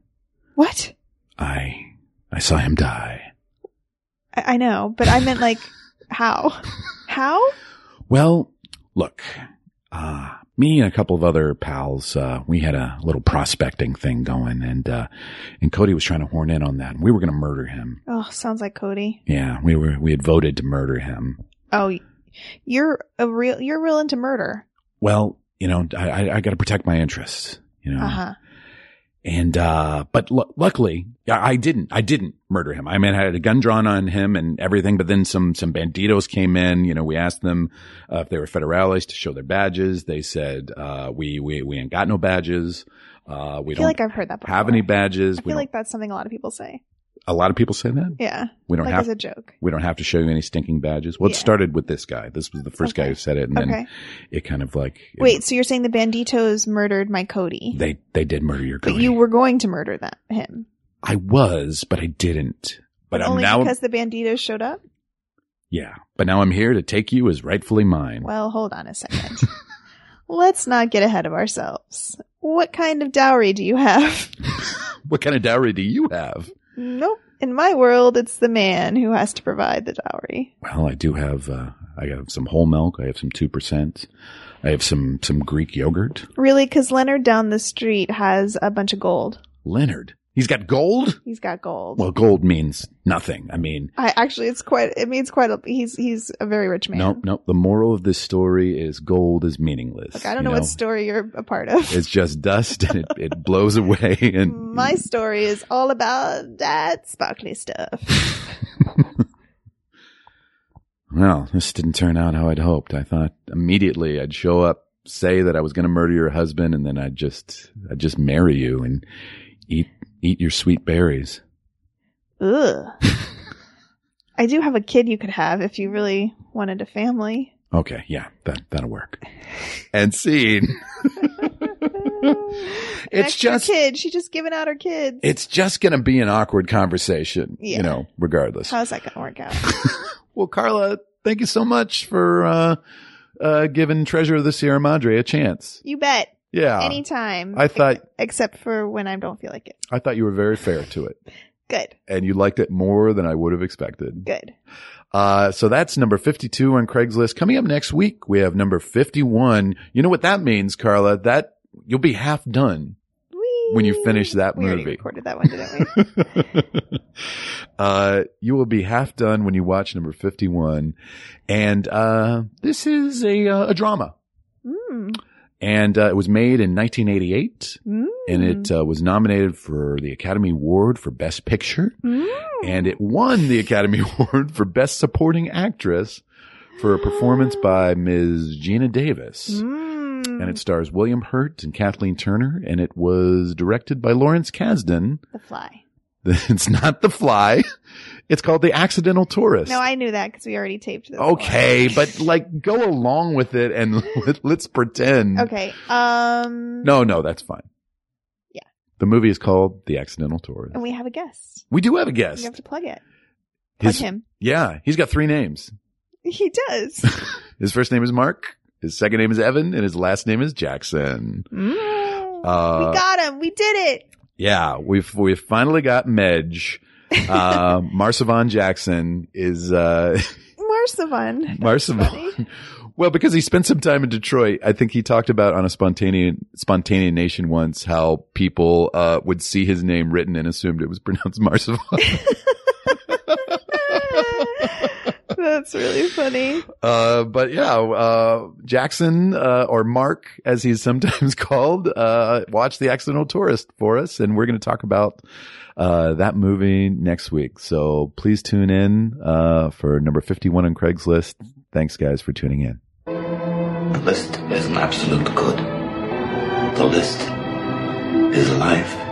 Speaker 3: What?
Speaker 2: I I saw him die.
Speaker 3: I, I know, but I meant like
Speaker 2: (laughs)
Speaker 3: how? How?
Speaker 2: Well, look, uh, me and a couple of other pals, uh, we had a little prospecting thing going and, uh, and Cody was trying to horn in on that and we were going to murder him.
Speaker 3: Oh, sounds like Cody.
Speaker 2: Yeah, we were, we had voted to murder him.
Speaker 3: Oh, you're a real you're real into murder.
Speaker 2: Well, you know, I, I, I got to protect my interests, you know,
Speaker 3: Uh huh.
Speaker 2: and, uh, but lu luckily I, I didn't, I didn't murder him. I mean, I had a gun drawn on him and everything, but then some, some banditos came in, you know, we asked them uh, if they were federales to show their badges. They said, uh, we, we, we ain't got no badges. Uh, we
Speaker 3: I feel
Speaker 2: don't
Speaker 3: like I've heard that before.
Speaker 2: have any badges.
Speaker 3: I
Speaker 2: We
Speaker 3: feel
Speaker 2: don't,
Speaker 3: like that's something a lot of people say.
Speaker 2: a lot of people say that
Speaker 3: Yeah,
Speaker 2: we don't
Speaker 3: like
Speaker 2: have
Speaker 3: as a joke.
Speaker 2: we don't have to show you any stinking badges. Well, it
Speaker 3: Yeah.
Speaker 2: started with this guy. This was the first guy
Speaker 3: Okay.
Speaker 2: who said it, and then
Speaker 3: Okay.
Speaker 2: it kind of like it-
Speaker 3: Wait, so you're saying the banditos murdered my Cody,
Speaker 2: they they did murder your
Speaker 3: but
Speaker 2: Cody.
Speaker 3: you were going to murder that him,
Speaker 2: I was, but I didn't. But I'm
Speaker 3: only
Speaker 2: now Mm-hmm.
Speaker 3: because the banditos showed up.
Speaker 2: yeah. But now I'm here to take you as rightfully mine.
Speaker 3: Well, hold on
Speaker 2: (laughs)
Speaker 3: a second. Let's not get ahead of ourselves. What kind of dowry do you have?
Speaker 2: What kind of dowry do you have?
Speaker 3: nope. In my world, it's the man who has to provide the dowry.
Speaker 2: Well, I do have. Uh, I have some whole milk. I have some two percent. I have some some Greek yogurt.
Speaker 3: Really, because Leonard down the street has a bunch of gold.
Speaker 2: Leonard, he's got gold.
Speaker 3: He's got gold.
Speaker 2: Well, gold means nothing. I mean,
Speaker 3: I actually, it's quite. It means quite. A, he's he's a very rich man.
Speaker 2: Nope, nope. The moral of this story is gold is meaningless.
Speaker 3: Look, I don't
Speaker 2: you
Speaker 3: know, what story you're a part of.
Speaker 2: It's just dust and it, it blows away. And
Speaker 3: (laughs) My story is all about that sparkly stuff.
Speaker 2: well, this didn't turn out how I'd hoped. I thought immediately I'd show up, say that I was going to murder your husband, and then I'd just, I'd just marry you and eat, eat your sweet berries. (laughs)
Speaker 3: Ugh. I do have a kid you could have if you really wanted a family.
Speaker 2: Okay, yeah, that that'll work. And scene.
Speaker 3: An
Speaker 2: (laughs) it's
Speaker 3: extra
Speaker 2: just
Speaker 3: kid. She's just giving out her kids.
Speaker 2: it's just going to be an awkward conversation,
Speaker 3: Yeah.
Speaker 2: you know, regardless.
Speaker 3: How's that gonna work out?
Speaker 2: Well, Carla, thank you so much for uh uh giving Treasure of the Sierra Madre a chance.
Speaker 3: You bet.
Speaker 2: (laughs) Yeah.
Speaker 3: Anytime.
Speaker 2: Uh, I thought
Speaker 3: except for when I don't feel like it.
Speaker 2: I thought you were very fair to it
Speaker 3: Good.
Speaker 2: and you liked it more than I would have expected.
Speaker 3: Good.
Speaker 2: Uh, so that's number 52 on Craigslist. Coming up next week, we have number 51. You know what that means, Carla? That you'll be half done.
Speaker 3: Whee!
Speaker 2: When you finish that
Speaker 3: we already
Speaker 2: movie.
Speaker 3: recorded that one, didn't we?
Speaker 2: uh, you will be half done when you watch number 51. And, uh, this is a, uh, a drama. (laughs)
Speaker 3: Mm.
Speaker 2: And, uh, it was made in 1988
Speaker 3: Mm.
Speaker 2: and it, uh, was nominated for the Academy Award for Best Picture.
Speaker 3: Mm.
Speaker 2: and it won the Academy (laughs) Award for Best Supporting Actress for a performance by Ms. Gina Davis.
Speaker 3: Mm.
Speaker 2: And it stars William Hurt and Kathleen Turner, and it was directed by Lawrence Kasdan. (laughs)
Speaker 3: the fly.
Speaker 2: It's not The Fly. It's called The Accidental Tourist.
Speaker 3: No, I knew that because we already taped this. one.
Speaker 2: okay,
Speaker 3: (laughs)
Speaker 2: but like go along with it and (laughs) let- let's pretend.
Speaker 3: Okay. Um.
Speaker 2: No, no, that's fine.
Speaker 3: Yeah.
Speaker 2: The movie is called The Accidental Tourist.
Speaker 3: And we have a guest.
Speaker 2: We do have a guest.
Speaker 3: You have to plug it. Plug
Speaker 2: His-
Speaker 3: him. (laughs)
Speaker 2: yeah, he's got three names.
Speaker 3: He
Speaker 2: (laughs)
Speaker 3: does.
Speaker 2: His first name is Mark. His second name is Evan, and his last name is Jackson.
Speaker 3: Mm.
Speaker 2: Uh,
Speaker 3: we got him. We did it.
Speaker 2: yeah, we've we've finally got Medge. Uh, Marsavan Jackson is uh, (laughs)
Speaker 3: Marsavan.
Speaker 2: Marsavan. Well, because he spent some time in Detroit, I think he talked about on a spontaneous spontaneous nation once how people uh, would see his name written and assumed it was pronounced (laughs) Marsavan.
Speaker 3: (laughs) That's really funny.
Speaker 2: Uh, but yeah, uh, Jackson, uh, or Mark, as he's (laughs) sometimes called, uh, watched The Accidental Tourist for us. And we're going to talk about, uh, that movie next week. So please tune in, uh, for number 51 on Craigslist. Thanks guys for tuning in.
Speaker 5: The list is an absolute good. The list is life.